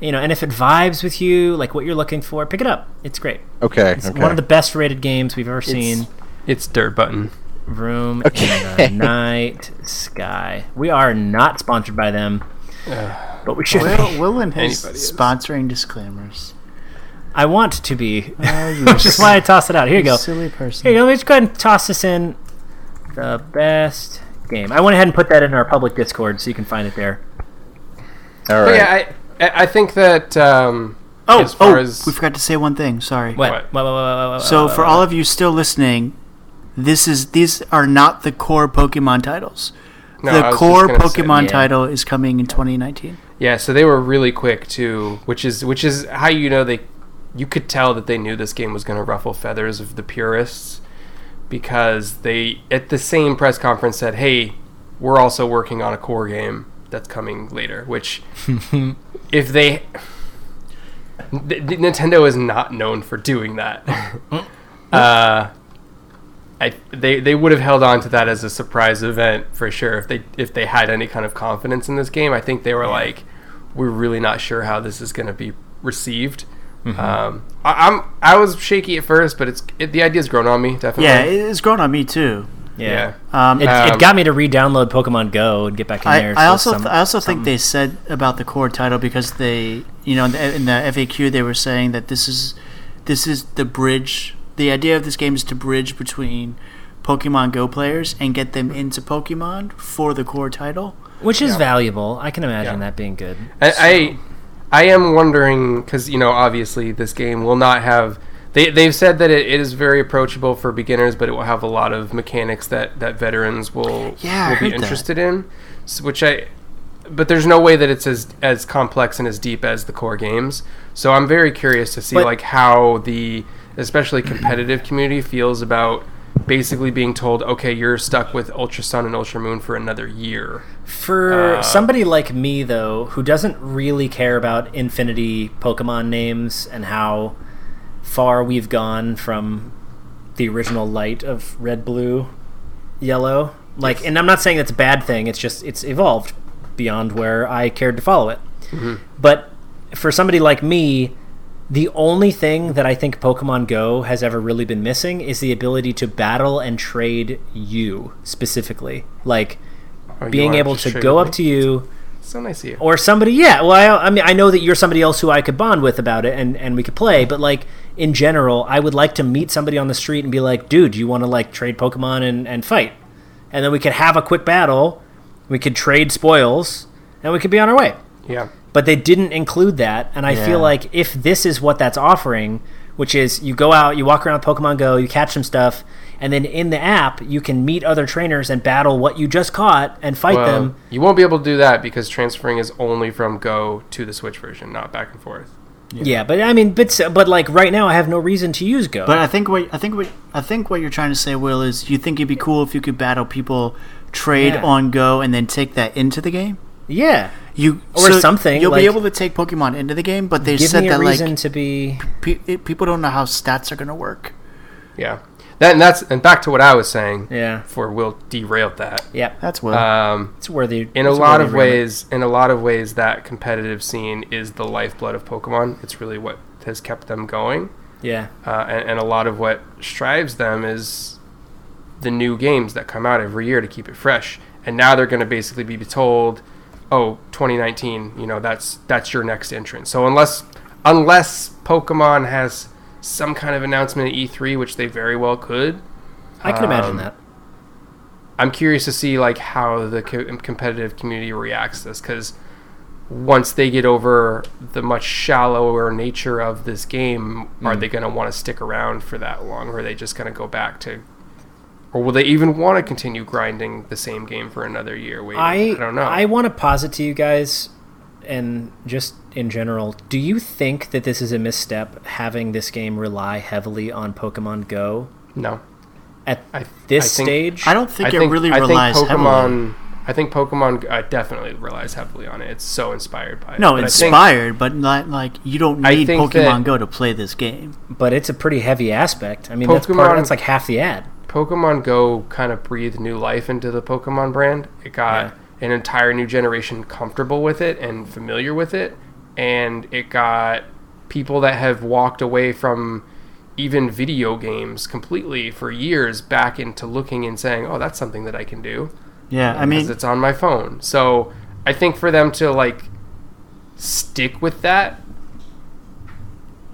[SPEAKER 2] You know, and if it vibes with you, like what you're looking for, pick it up. It's great.
[SPEAKER 4] Okay.
[SPEAKER 2] It's
[SPEAKER 4] okay.
[SPEAKER 2] one of the best rated games we've ever seen.
[SPEAKER 1] It's dirt button.
[SPEAKER 2] Room
[SPEAKER 4] Okay.
[SPEAKER 2] in the night sky. We are not sponsored by them, but we should.
[SPEAKER 3] Will,
[SPEAKER 2] Be.
[SPEAKER 3] Will and his
[SPEAKER 1] Anybody is.
[SPEAKER 3] sponsoring disclaimers.
[SPEAKER 2] I want to be, [LAUGHS]
[SPEAKER 3] Oh, you
[SPEAKER 2] which is why I tossed it out. Here you go.
[SPEAKER 3] silly person.
[SPEAKER 2] Here you go. Let's go ahead and toss this in. The best game. I went ahead and put that in our public Discord, so you can find it there.
[SPEAKER 4] All
[SPEAKER 1] But
[SPEAKER 4] right.
[SPEAKER 1] yeah, I I I think that um,
[SPEAKER 3] Oh,
[SPEAKER 1] as far
[SPEAKER 3] oh,
[SPEAKER 1] as
[SPEAKER 3] we forgot to say one thing. Sorry.
[SPEAKER 1] What?
[SPEAKER 2] What? What? what, what, what, what,
[SPEAKER 3] So
[SPEAKER 1] Uh,
[SPEAKER 2] what,
[SPEAKER 3] for
[SPEAKER 2] what?
[SPEAKER 3] all of you still listening, this is these are not the core Pokemon titles.
[SPEAKER 1] no, I
[SPEAKER 3] the
[SPEAKER 1] was just
[SPEAKER 3] core
[SPEAKER 1] gonna say-
[SPEAKER 3] Pokemon
[SPEAKER 2] Yeah.
[SPEAKER 3] title is coming in 2019.
[SPEAKER 1] Yeah, so they were really quick too, which is which is how you know they you could tell that they knew this game was going to ruffle feathers of the purists because they at the same press conference said, "Hey, we're also working on a core game that's coming later," which if they N- N- Nintendo is not known for doing that. [LAUGHS] uh I, they they would have held on to that as a surprise event for sure if they if they had any kind of confidence in this game. I think they were like, we're really not sure how this is going to be received. Um, I, I'm I was shaky at first, but it's it, the idea's grown on me definitely.
[SPEAKER 3] Yeah, it- it's grown on me too.
[SPEAKER 2] yeah. Uh,
[SPEAKER 3] Um,
[SPEAKER 2] It,
[SPEAKER 1] Um,
[SPEAKER 2] it got me to re-download Pokemon Go and get back in
[SPEAKER 3] I,
[SPEAKER 2] there.
[SPEAKER 3] I
[SPEAKER 2] so
[SPEAKER 3] also
[SPEAKER 2] some-
[SPEAKER 3] I also think they said about the core title because they you know in the, in the FAQ they were saying that this is this is the bridge. The idea of this game is to bridge between Pokemon Go players and get them into Pokemon for the core title.
[SPEAKER 2] which is valuable. I can imagine
[SPEAKER 1] Yeah.
[SPEAKER 2] that being good.
[SPEAKER 1] I, I I am wondering because you know obviously this game will not have they they've said that it, it is very approachable for beginners, but it will have a lot of mechanics that that veterans will
[SPEAKER 3] Yeah, I
[SPEAKER 1] will
[SPEAKER 3] heard
[SPEAKER 1] be
[SPEAKER 3] that.
[SPEAKER 1] interested in, s- which I. But there's no way that it's as as complex and as deep as the core games. So I'm very curious to see
[SPEAKER 2] But-
[SPEAKER 1] like how the especially competitive community feels about basically being told, okay, you're stuck with Ultra Sun and Ultra Moon for another year.
[SPEAKER 2] For somebody like me, though, who doesn't really care about infinity Pokemon names and how far we've gone from the original light of red, blue, yellow, like, and I'm not saying that's a bad thing, it's just it's evolved beyond where I cared to follow it. But for somebody like me, the only thing that I think Pokemon Go has ever really been missing is the ability to battle and trade you specifically. Like,
[SPEAKER 1] Or you
[SPEAKER 2] being
[SPEAKER 1] wanna
[SPEAKER 2] able
[SPEAKER 1] just
[SPEAKER 2] to
[SPEAKER 1] trade
[SPEAKER 2] go
[SPEAKER 1] with
[SPEAKER 2] up
[SPEAKER 1] me?
[SPEAKER 2] to you
[SPEAKER 1] So nice of you.
[SPEAKER 2] or somebody yeah well I, I mean i know that you're somebody else who i could bond with about it and and we could play but like in general i would like to meet somebody on the street and be like dude you want to like trade pokemon and and fight and then we could have a quick battle we could trade spoils and we could be on our way
[SPEAKER 1] yeah.
[SPEAKER 2] but they didn't include that and i
[SPEAKER 3] Yeah.
[SPEAKER 2] feel like if this is what that's offering which is you go out you walk around pokemon go you catch some stuff and then in the app you can meet other trainers and battle what you just caught and fight
[SPEAKER 1] Well,
[SPEAKER 2] them
[SPEAKER 1] You won't be able to do that because transferring is only from Go to the Switch version, not back and forth.
[SPEAKER 2] Yeah, but I mean, but so- but like right now, I have no reason to use Go.
[SPEAKER 3] But I think what I think what I think what you're trying to say, Will, is you think it'd be cool if you could battle people, trade
[SPEAKER 2] Yeah.
[SPEAKER 3] on Go, and then take that into the game.
[SPEAKER 2] yeah,
[SPEAKER 3] You
[SPEAKER 2] Or something,
[SPEAKER 3] You'll
[SPEAKER 2] like-
[SPEAKER 3] be able to take Pokemon into the game, but they
[SPEAKER 2] give
[SPEAKER 3] said
[SPEAKER 2] me a
[SPEAKER 3] that
[SPEAKER 2] reason
[SPEAKER 3] like
[SPEAKER 2] to be.
[SPEAKER 3] pe- it- people don't know how stats are going to work.
[SPEAKER 1] Yeah. That and that's and back to what I was saying.
[SPEAKER 2] Yeah,
[SPEAKER 1] Before Will derailed that.
[SPEAKER 2] yeah,
[SPEAKER 3] That's Will.
[SPEAKER 1] Um,
[SPEAKER 2] it's worthy.
[SPEAKER 1] in a lot of ways, in a lot of ways, that competitive scene is the lifeblood of Pokemon. It's really what has kept them going,
[SPEAKER 2] yeah,
[SPEAKER 1] uh, and, and a lot of what strives them is the new games that come out every year to keep it fresh. And now they're going to basically be told, "Oh, 2019, you know, that's that's your next entrant." So unless unless Pokemon has E some kind of announcement at E3, which they very well could,
[SPEAKER 2] I can imagine
[SPEAKER 1] um,
[SPEAKER 2] that.
[SPEAKER 1] I'm curious to see like how the co- competitive community reacts to this because once they get over the much shallower nature of this game,
[SPEAKER 3] Mm.
[SPEAKER 1] are they going to want to stick around for that long, or are they just going to go back to, or will they even want to continue grinding the same game for another year? Waiting?
[SPEAKER 2] I,
[SPEAKER 1] I don't know.
[SPEAKER 2] I want to posit to you guys, and just in general, do you think that this is a misstep having this game rely heavily on Pokemon Go
[SPEAKER 1] no.
[SPEAKER 2] at
[SPEAKER 1] I-
[SPEAKER 2] this
[SPEAKER 1] I think-
[SPEAKER 2] stage?
[SPEAKER 3] I don't think it really
[SPEAKER 1] I think
[SPEAKER 3] relies heavily.
[SPEAKER 1] Pokemon. I think Pokemon uh, definitely relies heavily on it. It's so inspired by it.
[SPEAKER 3] No,
[SPEAKER 1] But I think-
[SPEAKER 3] inspired, but not like you don't
[SPEAKER 1] I
[SPEAKER 3] need
[SPEAKER 1] think
[SPEAKER 3] Pokemon
[SPEAKER 1] that-
[SPEAKER 3] Go to play this game.
[SPEAKER 2] but it's a pretty heavy aspect. I mean, that's part.
[SPEAKER 1] Pokemon-
[SPEAKER 2] That's like half the ad.
[SPEAKER 1] Pokemon Go kind of breathed new life into the Pokemon brand. It got an entire new generation comfortable with it and familiar with it, and it got people that have walked away from even video games completely for years back into looking and saying, "Oh, that's something that I can do."
[SPEAKER 3] Yeah, I
[SPEAKER 1] because
[SPEAKER 3] mean,
[SPEAKER 1] it's on my phone. So I think for them to like stick with that,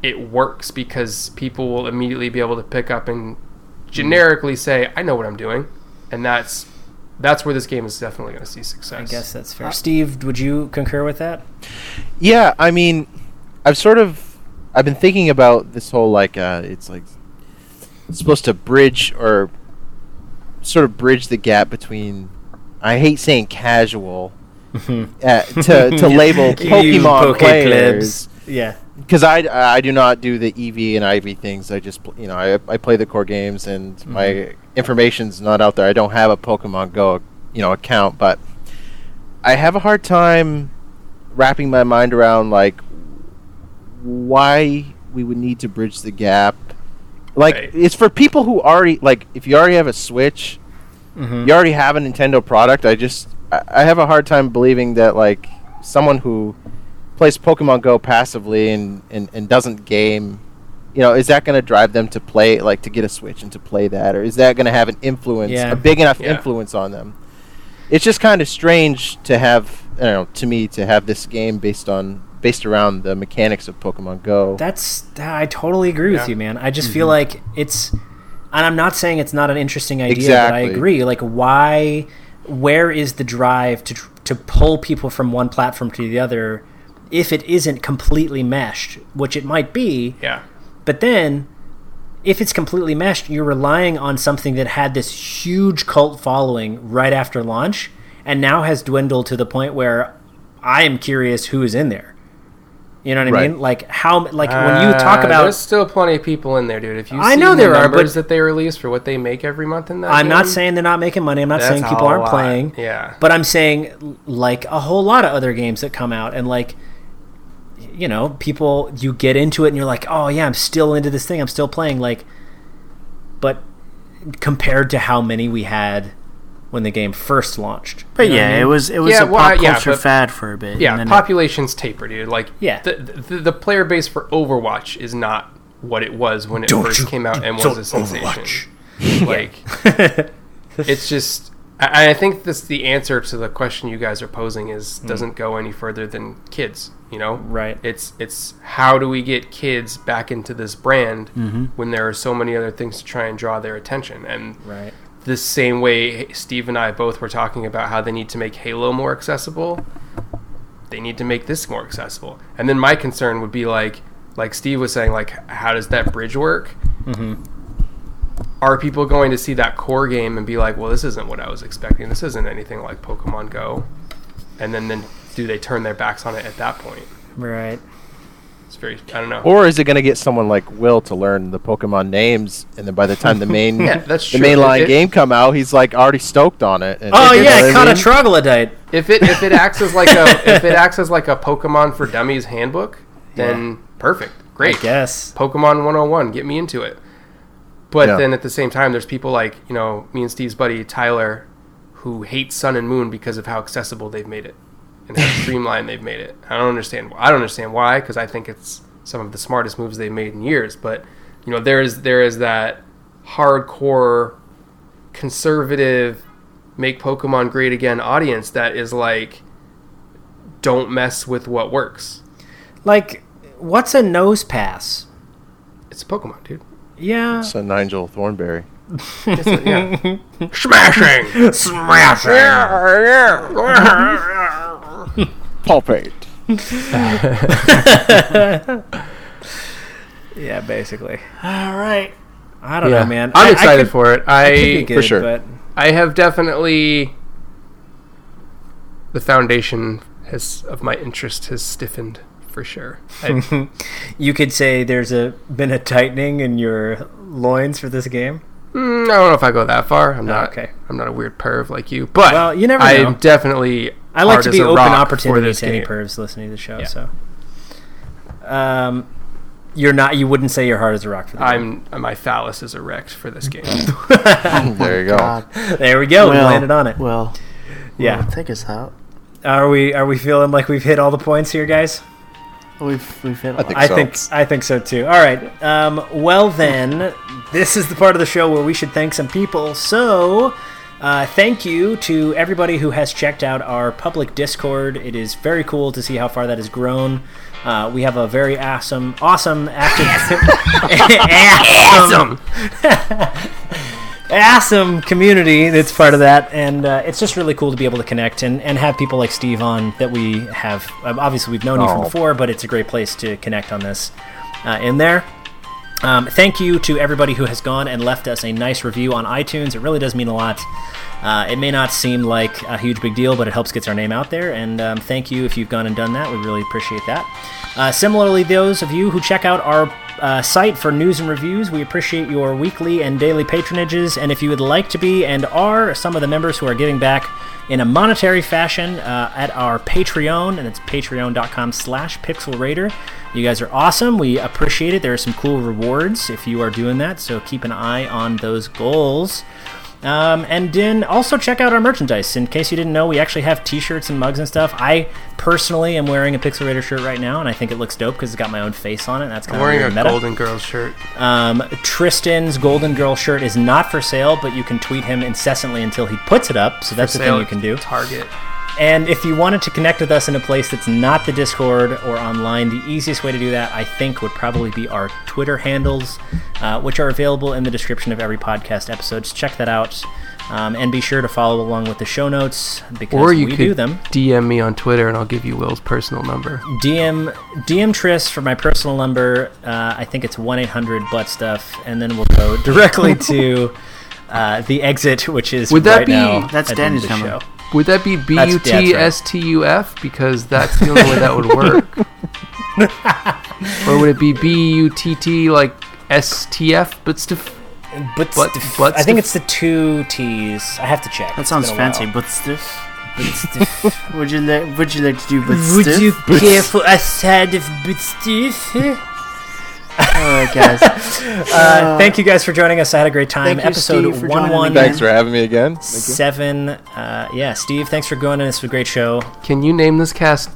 [SPEAKER 1] it works because people will immediately be able to pick up and generically say, "I know what I'm doing," and that's that's where this game is definitely going to see success.
[SPEAKER 2] I guess that's fair. Steve, would you concur with that?
[SPEAKER 4] Yeah, I mean, I've sort of I've been thinking about this whole like uh, it's like it's supposed to bridge or sort of bridge the gap between I hate saying casual
[SPEAKER 3] Mm-hmm.
[SPEAKER 4] uh, to to label Pokemon
[SPEAKER 2] poke
[SPEAKER 4] players
[SPEAKER 2] Yeah.
[SPEAKER 4] because I, I do not do the EV and IV things. I just pl- you know I, I play the core games and my information's not out there. I don't have a Pokemon Go you know account, but I have a hard time wrapping my mind around like why we would need to bridge the gap. Like
[SPEAKER 1] Right.
[SPEAKER 4] it's for people who already like if you already have a Switch,
[SPEAKER 3] Mm-hmm.
[SPEAKER 2] Mm-hmm.
[SPEAKER 4] you already have a Nintendo product. I just I, I have a hard time believing that like someone who plays Pokemon Go passively and, and, and doesn't game, you know, is that going to drive them to play, like to get a Switch and to play that? Or is that going to have an influence,
[SPEAKER 2] Yeah.
[SPEAKER 4] a big enough
[SPEAKER 1] Yeah.
[SPEAKER 4] influence on them? It's just kind of strange to have, I don't know, to me, to have this game based on, based around the mechanics of Pokemon Go.
[SPEAKER 2] That's I totally agree
[SPEAKER 1] Yeah.
[SPEAKER 2] with you, man. I just feel like it's and I'm not saying it's not an interesting idea, but
[SPEAKER 4] Exactly.
[SPEAKER 2] I agree. Like why where is the drive to tr- to pull people from one platform to the other if it isn't completely meshed, which it might be,
[SPEAKER 1] Yeah.
[SPEAKER 2] but then if it's completely meshed, you're relying on something that had this huge cult following right after launch and now has dwindled to the point where I am curious who is in there. You know what I
[SPEAKER 4] Right.
[SPEAKER 2] mean? Like how like when you talk
[SPEAKER 1] Uh,
[SPEAKER 2] about
[SPEAKER 1] there's still plenty of people in there, dude. If you
[SPEAKER 2] I
[SPEAKER 1] see
[SPEAKER 2] know
[SPEAKER 1] the
[SPEAKER 2] there are,
[SPEAKER 1] numbers that
[SPEAKER 2] but-
[SPEAKER 1] they release for what they make every month in that.
[SPEAKER 2] I'm not
[SPEAKER 1] game,
[SPEAKER 2] saying they're not making money. I'm not
[SPEAKER 1] that's
[SPEAKER 2] saying people
[SPEAKER 1] a
[SPEAKER 2] aren't
[SPEAKER 1] lot.
[SPEAKER 2] playing.
[SPEAKER 1] Yeah.
[SPEAKER 2] But I'm saying l- like a whole lot of other games that come out and like you know, people you get into it and you're like, "Oh yeah, I'm still into this thing. I'm still playing." Like but compared to how many we had when the game first launched.
[SPEAKER 3] but yeah, it was it was
[SPEAKER 1] Yeah,
[SPEAKER 3] a
[SPEAKER 1] well,
[SPEAKER 3] pop
[SPEAKER 1] yeah,
[SPEAKER 3] culture
[SPEAKER 1] but-
[SPEAKER 3] fad for a bit.
[SPEAKER 1] Yeah,
[SPEAKER 3] and then it-
[SPEAKER 1] population's taper, dude. Like,
[SPEAKER 2] Yeah.
[SPEAKER 1] the, the the player base for Overwatch is not what it was when it first came out and was a
[SPEAKER 2] [LAUGHS]
[SPEAKER 1] sensation. Like, it's just. I, I think this the answer to the question you guys are posing is doesn't go any further than kids. You know,
[SPEAKER 2] Hmm. Right.
[SPEAKER 1] It's it's how do we get kids back into this brand
[SPEAKER 2] Mm-hmm.
[SPEAKER 1] when there are so many other things to try and draw their attention and
[SPEAKER 2] Right.
[SPEAKER 1] the same way Steve and I both were talking about how they need to make Halo more accessible, they need to make this more accessible. And then my concern would be like, like Steve was saying, like, how does that bridge work? Are people going to see that core game and be like, well, this isn't what I was expecting. This isn't anything like Pokemon Go. And then, then do they turn their backs on it at that point?
[SPEAKER 2] Right.
[SPEAKER 1] It's very, I don't know.
[SPEAKER 4] or is it going to get someone like Will to learn the Pokemon names, and then by the time the main
[SPEAKER 1] [LAUGHS] Yeah, that's
[SPEAKER 4] the
[SPEAKER 1] true.
[SPEAKER 4] mainline
[SPEAKER 1] It-
[SPEAKER 4] game come out, he's like already stoked on it. and-
[SPEAKER 2] Oh
[SPEAKER 4] you know
[SPEAKER 2] yeah,
[SPEAKER 4] what
[SPEAKER 2] I caught
[SPEAKER 4] mean?
[SPEAKER 2] a troglodyte.
[SPEAKER 1] if it if it acts as like a if it acts as like a Pokemon for Dummies handbook, then perfect, great.
[SPEAKER 2] Yes.
[SPEAKER 1] Pokemon 101, get me into it. But
[SPEAKER 4] Yeah.
[SPEAKER 1] then at the same time, there's people like you know me and Steve's buddy Tyler, who hates Sun and Moon because of how accessible they've made it and how streamlined they've made it. I don't understand. I don't understand why because I think it's some of the smartest moves they've made in years. But you know there is there is that hardcore conservative make Pokemon great again audience that is like don't mess with what works.
[SPEAKER 2] Like what's a nose pass?
[SPEAKER 1] It's Pokemon, dude.
[SPEAKER 2] Yeah.
[SPEAKER 4] So Nigel Thornberry.
[SPEAKER 1] Guess it- yeah.
[SPEAKER 2] [LAUGHS]
[SPEAKER 1] Smashing.
[SPEAKER 2] Smashing.
[SPEAKER 4] Pulpate.
[SPEAKER 2] Yeah, basically.
[SPEAKER 3] All right.
[SPEAKER 2] I don't
[SPEAKER 1] Yeah,
[SPEAKER 2] know, man.
[SPEAKER 1] I'm
[SPEAKER 2] I- I
[SPEAKER 1] excited
[SPEAKER 2] could-
[SPEAKER 1] for it.
[SPEAKER 2] it could be
[SPEAKER 1] I
[SPEAKER 2] good,
[SPEAKER 4] for sure.
[SPEAKER 2] But
[SPEAKER 1] I have definitely the foundation has of my interest has stiffened for sure.
[SPEAKER 2] [LAUGHS]
[SPEAKER 1] I, mm,
[SPEAKER 2] you could say there's a been a tightening in your loins for this game.
[SPEAKER 1] Mm, I don't know if I go that far. I'm not.
[SPEAKER 2] okay.
[SPEAKER 1] I'm not a weird perv like you, but
[SPEAKER 2] Well, you never
[SPEAKER 1] I'm
[SPEAKER 2] know.
[SPEAKER 1] definitely.
[SPEAKER 2] I like
[SPEAKER 1] hard
[SPEAKER 2] to
[SPEAKER 1] as
[SPEAKER 2] be
[SPEAKER 1] a
[SPEAKER 2] open
[SPEAKER 1] rock for
[SPEAKER 2] opportunity
[SPEAKER 1] this
[SPEAKER 2] to any
[SPEAKER 1] game.
[SPEAKER 2] pervs listening to the show.
[SPEAKER 1] Yeah.
[SPEAKER 2] So, um, you're not. You wouldn't say your heart is a rock for the game.
[SPEAKER 1] I'm my phallus is erect for this
[SPEAKER 2] [LAUGHS]
[SPEAKER 1] game.
[SPEAKER 2] Oh
[SPEAKER 4] There you go.
[SPEAKER 3] God.
[SPEAKER 2] There we go. we
[SPEAKER 3] Well,
[SPEAKER 2] landed on it.
[SPEAKER 3] Well,
[SPEAKER 2] yeah.
[SPEAKER 3] well, take us out.
[SPEAKER 2] Are we? Are we feeling like we've hit all the points here, guys?
[SPEAKER 3] We've we've hit. a
[SPEAKER 4] I
[SPEAKER 3] lot.
[SPEAKER 4] think
[SPEAKER 2] I
[SPEAKER 4] so.
[SPEAKER 2] think I think so too. All right. Um, well then, this is the part of the show where we should thank some people. So, uh, thank you to everybody who has checked out our public Discord. It is very cool to see how far that has grown. Uh, we have a very awesome, awesome active, [LAUGHS] awesome, awesome community that's part of that, and uh, it's just really cool to be able to connect and, and have people like Steve on that we have. Um, obviously, we've known you from
[SPEAKER 4] Oh.
[SPEAKER 2] before, but it's a great place to connect on this uh, in there. Um, thank you to everybody who has gone and left us a nice review on iTunes. It really does mean a lot. Uh, it may not seem like a huge big deal, but it helps gets our name out there. And um, thank you if you've gone and done that. We really appreciate that. Uh, similarly, those of you who check out our uh, site for news and reviews, we appreciate your weekly and daily patronages. And if you would like to be and are some of the members who are giving back in a monetary fashion uh, at our Patreon, and it's patreon.com slash pixelraider. You guys are awesome. We appreciate it. There are some cool rewards if you are doing that, so keep an eye on those goals. Um, and then also check out our merchandise. In case you didn't know, we actually have T-shirts and mugs and stuff. I personally am wearing a Pixel Raider shirt right now, and I think it looks dope because it's got my own face on it. And that's kind
[SPEAKER 1] I'm
[SPEAKER 2] of
[SPEAKER 1] wearing a
[SPEAKER 2] meta.
[SPEAKER 1] Golden Girls shirt.
[SPEAKER 2] Um, Tristan's Golden Girl shirt is not for sale, but you can tweet him incessantly until he puts it up. So that's the thing
[SPEAKER 1] Sale
[SPEAKER 2] you
[SPEAKER 1] at
[SPEAKER 2] can do.
[SPEAKER 1] Target.
[SPEAKER 2] And if you wanted to connect with us in a place that's not the Discord or online, the easiest way to do that, I think, would probably be our Twitter handles, uh, which are available in the description of every podcast episode. So check that out. Um, and be sure to follow along with the show notes because
[SPEAKER 1] Or you
[SPEAKER 2] we
[SPEAKER 1] could
[SPEAKER 2] do them.
[SPEAKER 1] DM me on Twitter and I'll give you Will's personal number.
[SPEAKER 2] DM DM Tris for my personal number. Uh, I think it's one eight hundred butt stuff, and then we'll go [LAUGHS] directly to uh, the exit, which is
[SPEAKER 1] Would that
[SPEAKER 2] right
[SPEAKER 1] be-
[SPEAKER 2] now
[SPEAKER 3] That's
[SPEAKER 2] at the end of
[SPEAKER 3] Danny's
[SPEAKER 2] the
[SPEAKER 3] number.
[SPEAKER 2] show.
[SPEAKER 1] Would that be B
[SPEAKER 2] That's-
[SPEAKER 1] U
[SPEAKER 2] yeah, that's right.
[SPEAKER 1] T S T U F? Because that's the only way that would
[SPEAKER 2] [LAUGHS]
[SPEAKER 1] work. or would it be B U T T like S T F? But stiff.
[SPEAKER 2] But,
[SPEAKER 1] But-
[SPEAKER 2] st-
[SPEAKER 1] but
[SPEAKER 2] I think
[SPEAKER 1] st-
[SPEAKER 2] it's the two T's. I have to check.
[SPEAKER 3] That sounds fancy, but stiff. Would you like? Would you like to do? But stiff?
[SPEAKER 2] care for a side of bit stiff?
[SPEAKER 3] All right, [LAUGHS] guys.
[SPEAKER 2] Uh, thank you guys for joining us. I had a great time.
[SPEAKER 3] Thank you,
[SPEAKER 2] Episode
[SPEAKER 3] Steve, for joining me.
[SPEAKER 2] one
[SPEAKER 4] Thanks for having me again. Thank you.
[SPEAKER 2] seven. Uh, yeah, Steve, thanks for going. This was a great
[SPEAKER 3] [LAUGHS]
[SPEAKER 2] show.
[SPEAKER 1] Can you name this cast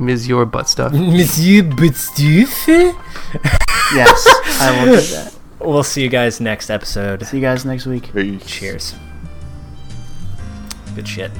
[SPEAKER 1] Ms. Your Butt Stuff?
[SPEAKER 2] Monsieur Bit Stiff.
[SPEAKER 3] yes, I will do that.
[SPEAKER 2] We'll see you guys next episode.
[SPEAKER 3] See you guys next week.
[SPEAKER 4] Peace.
[SPEAKER 2] Cheers. Good shit.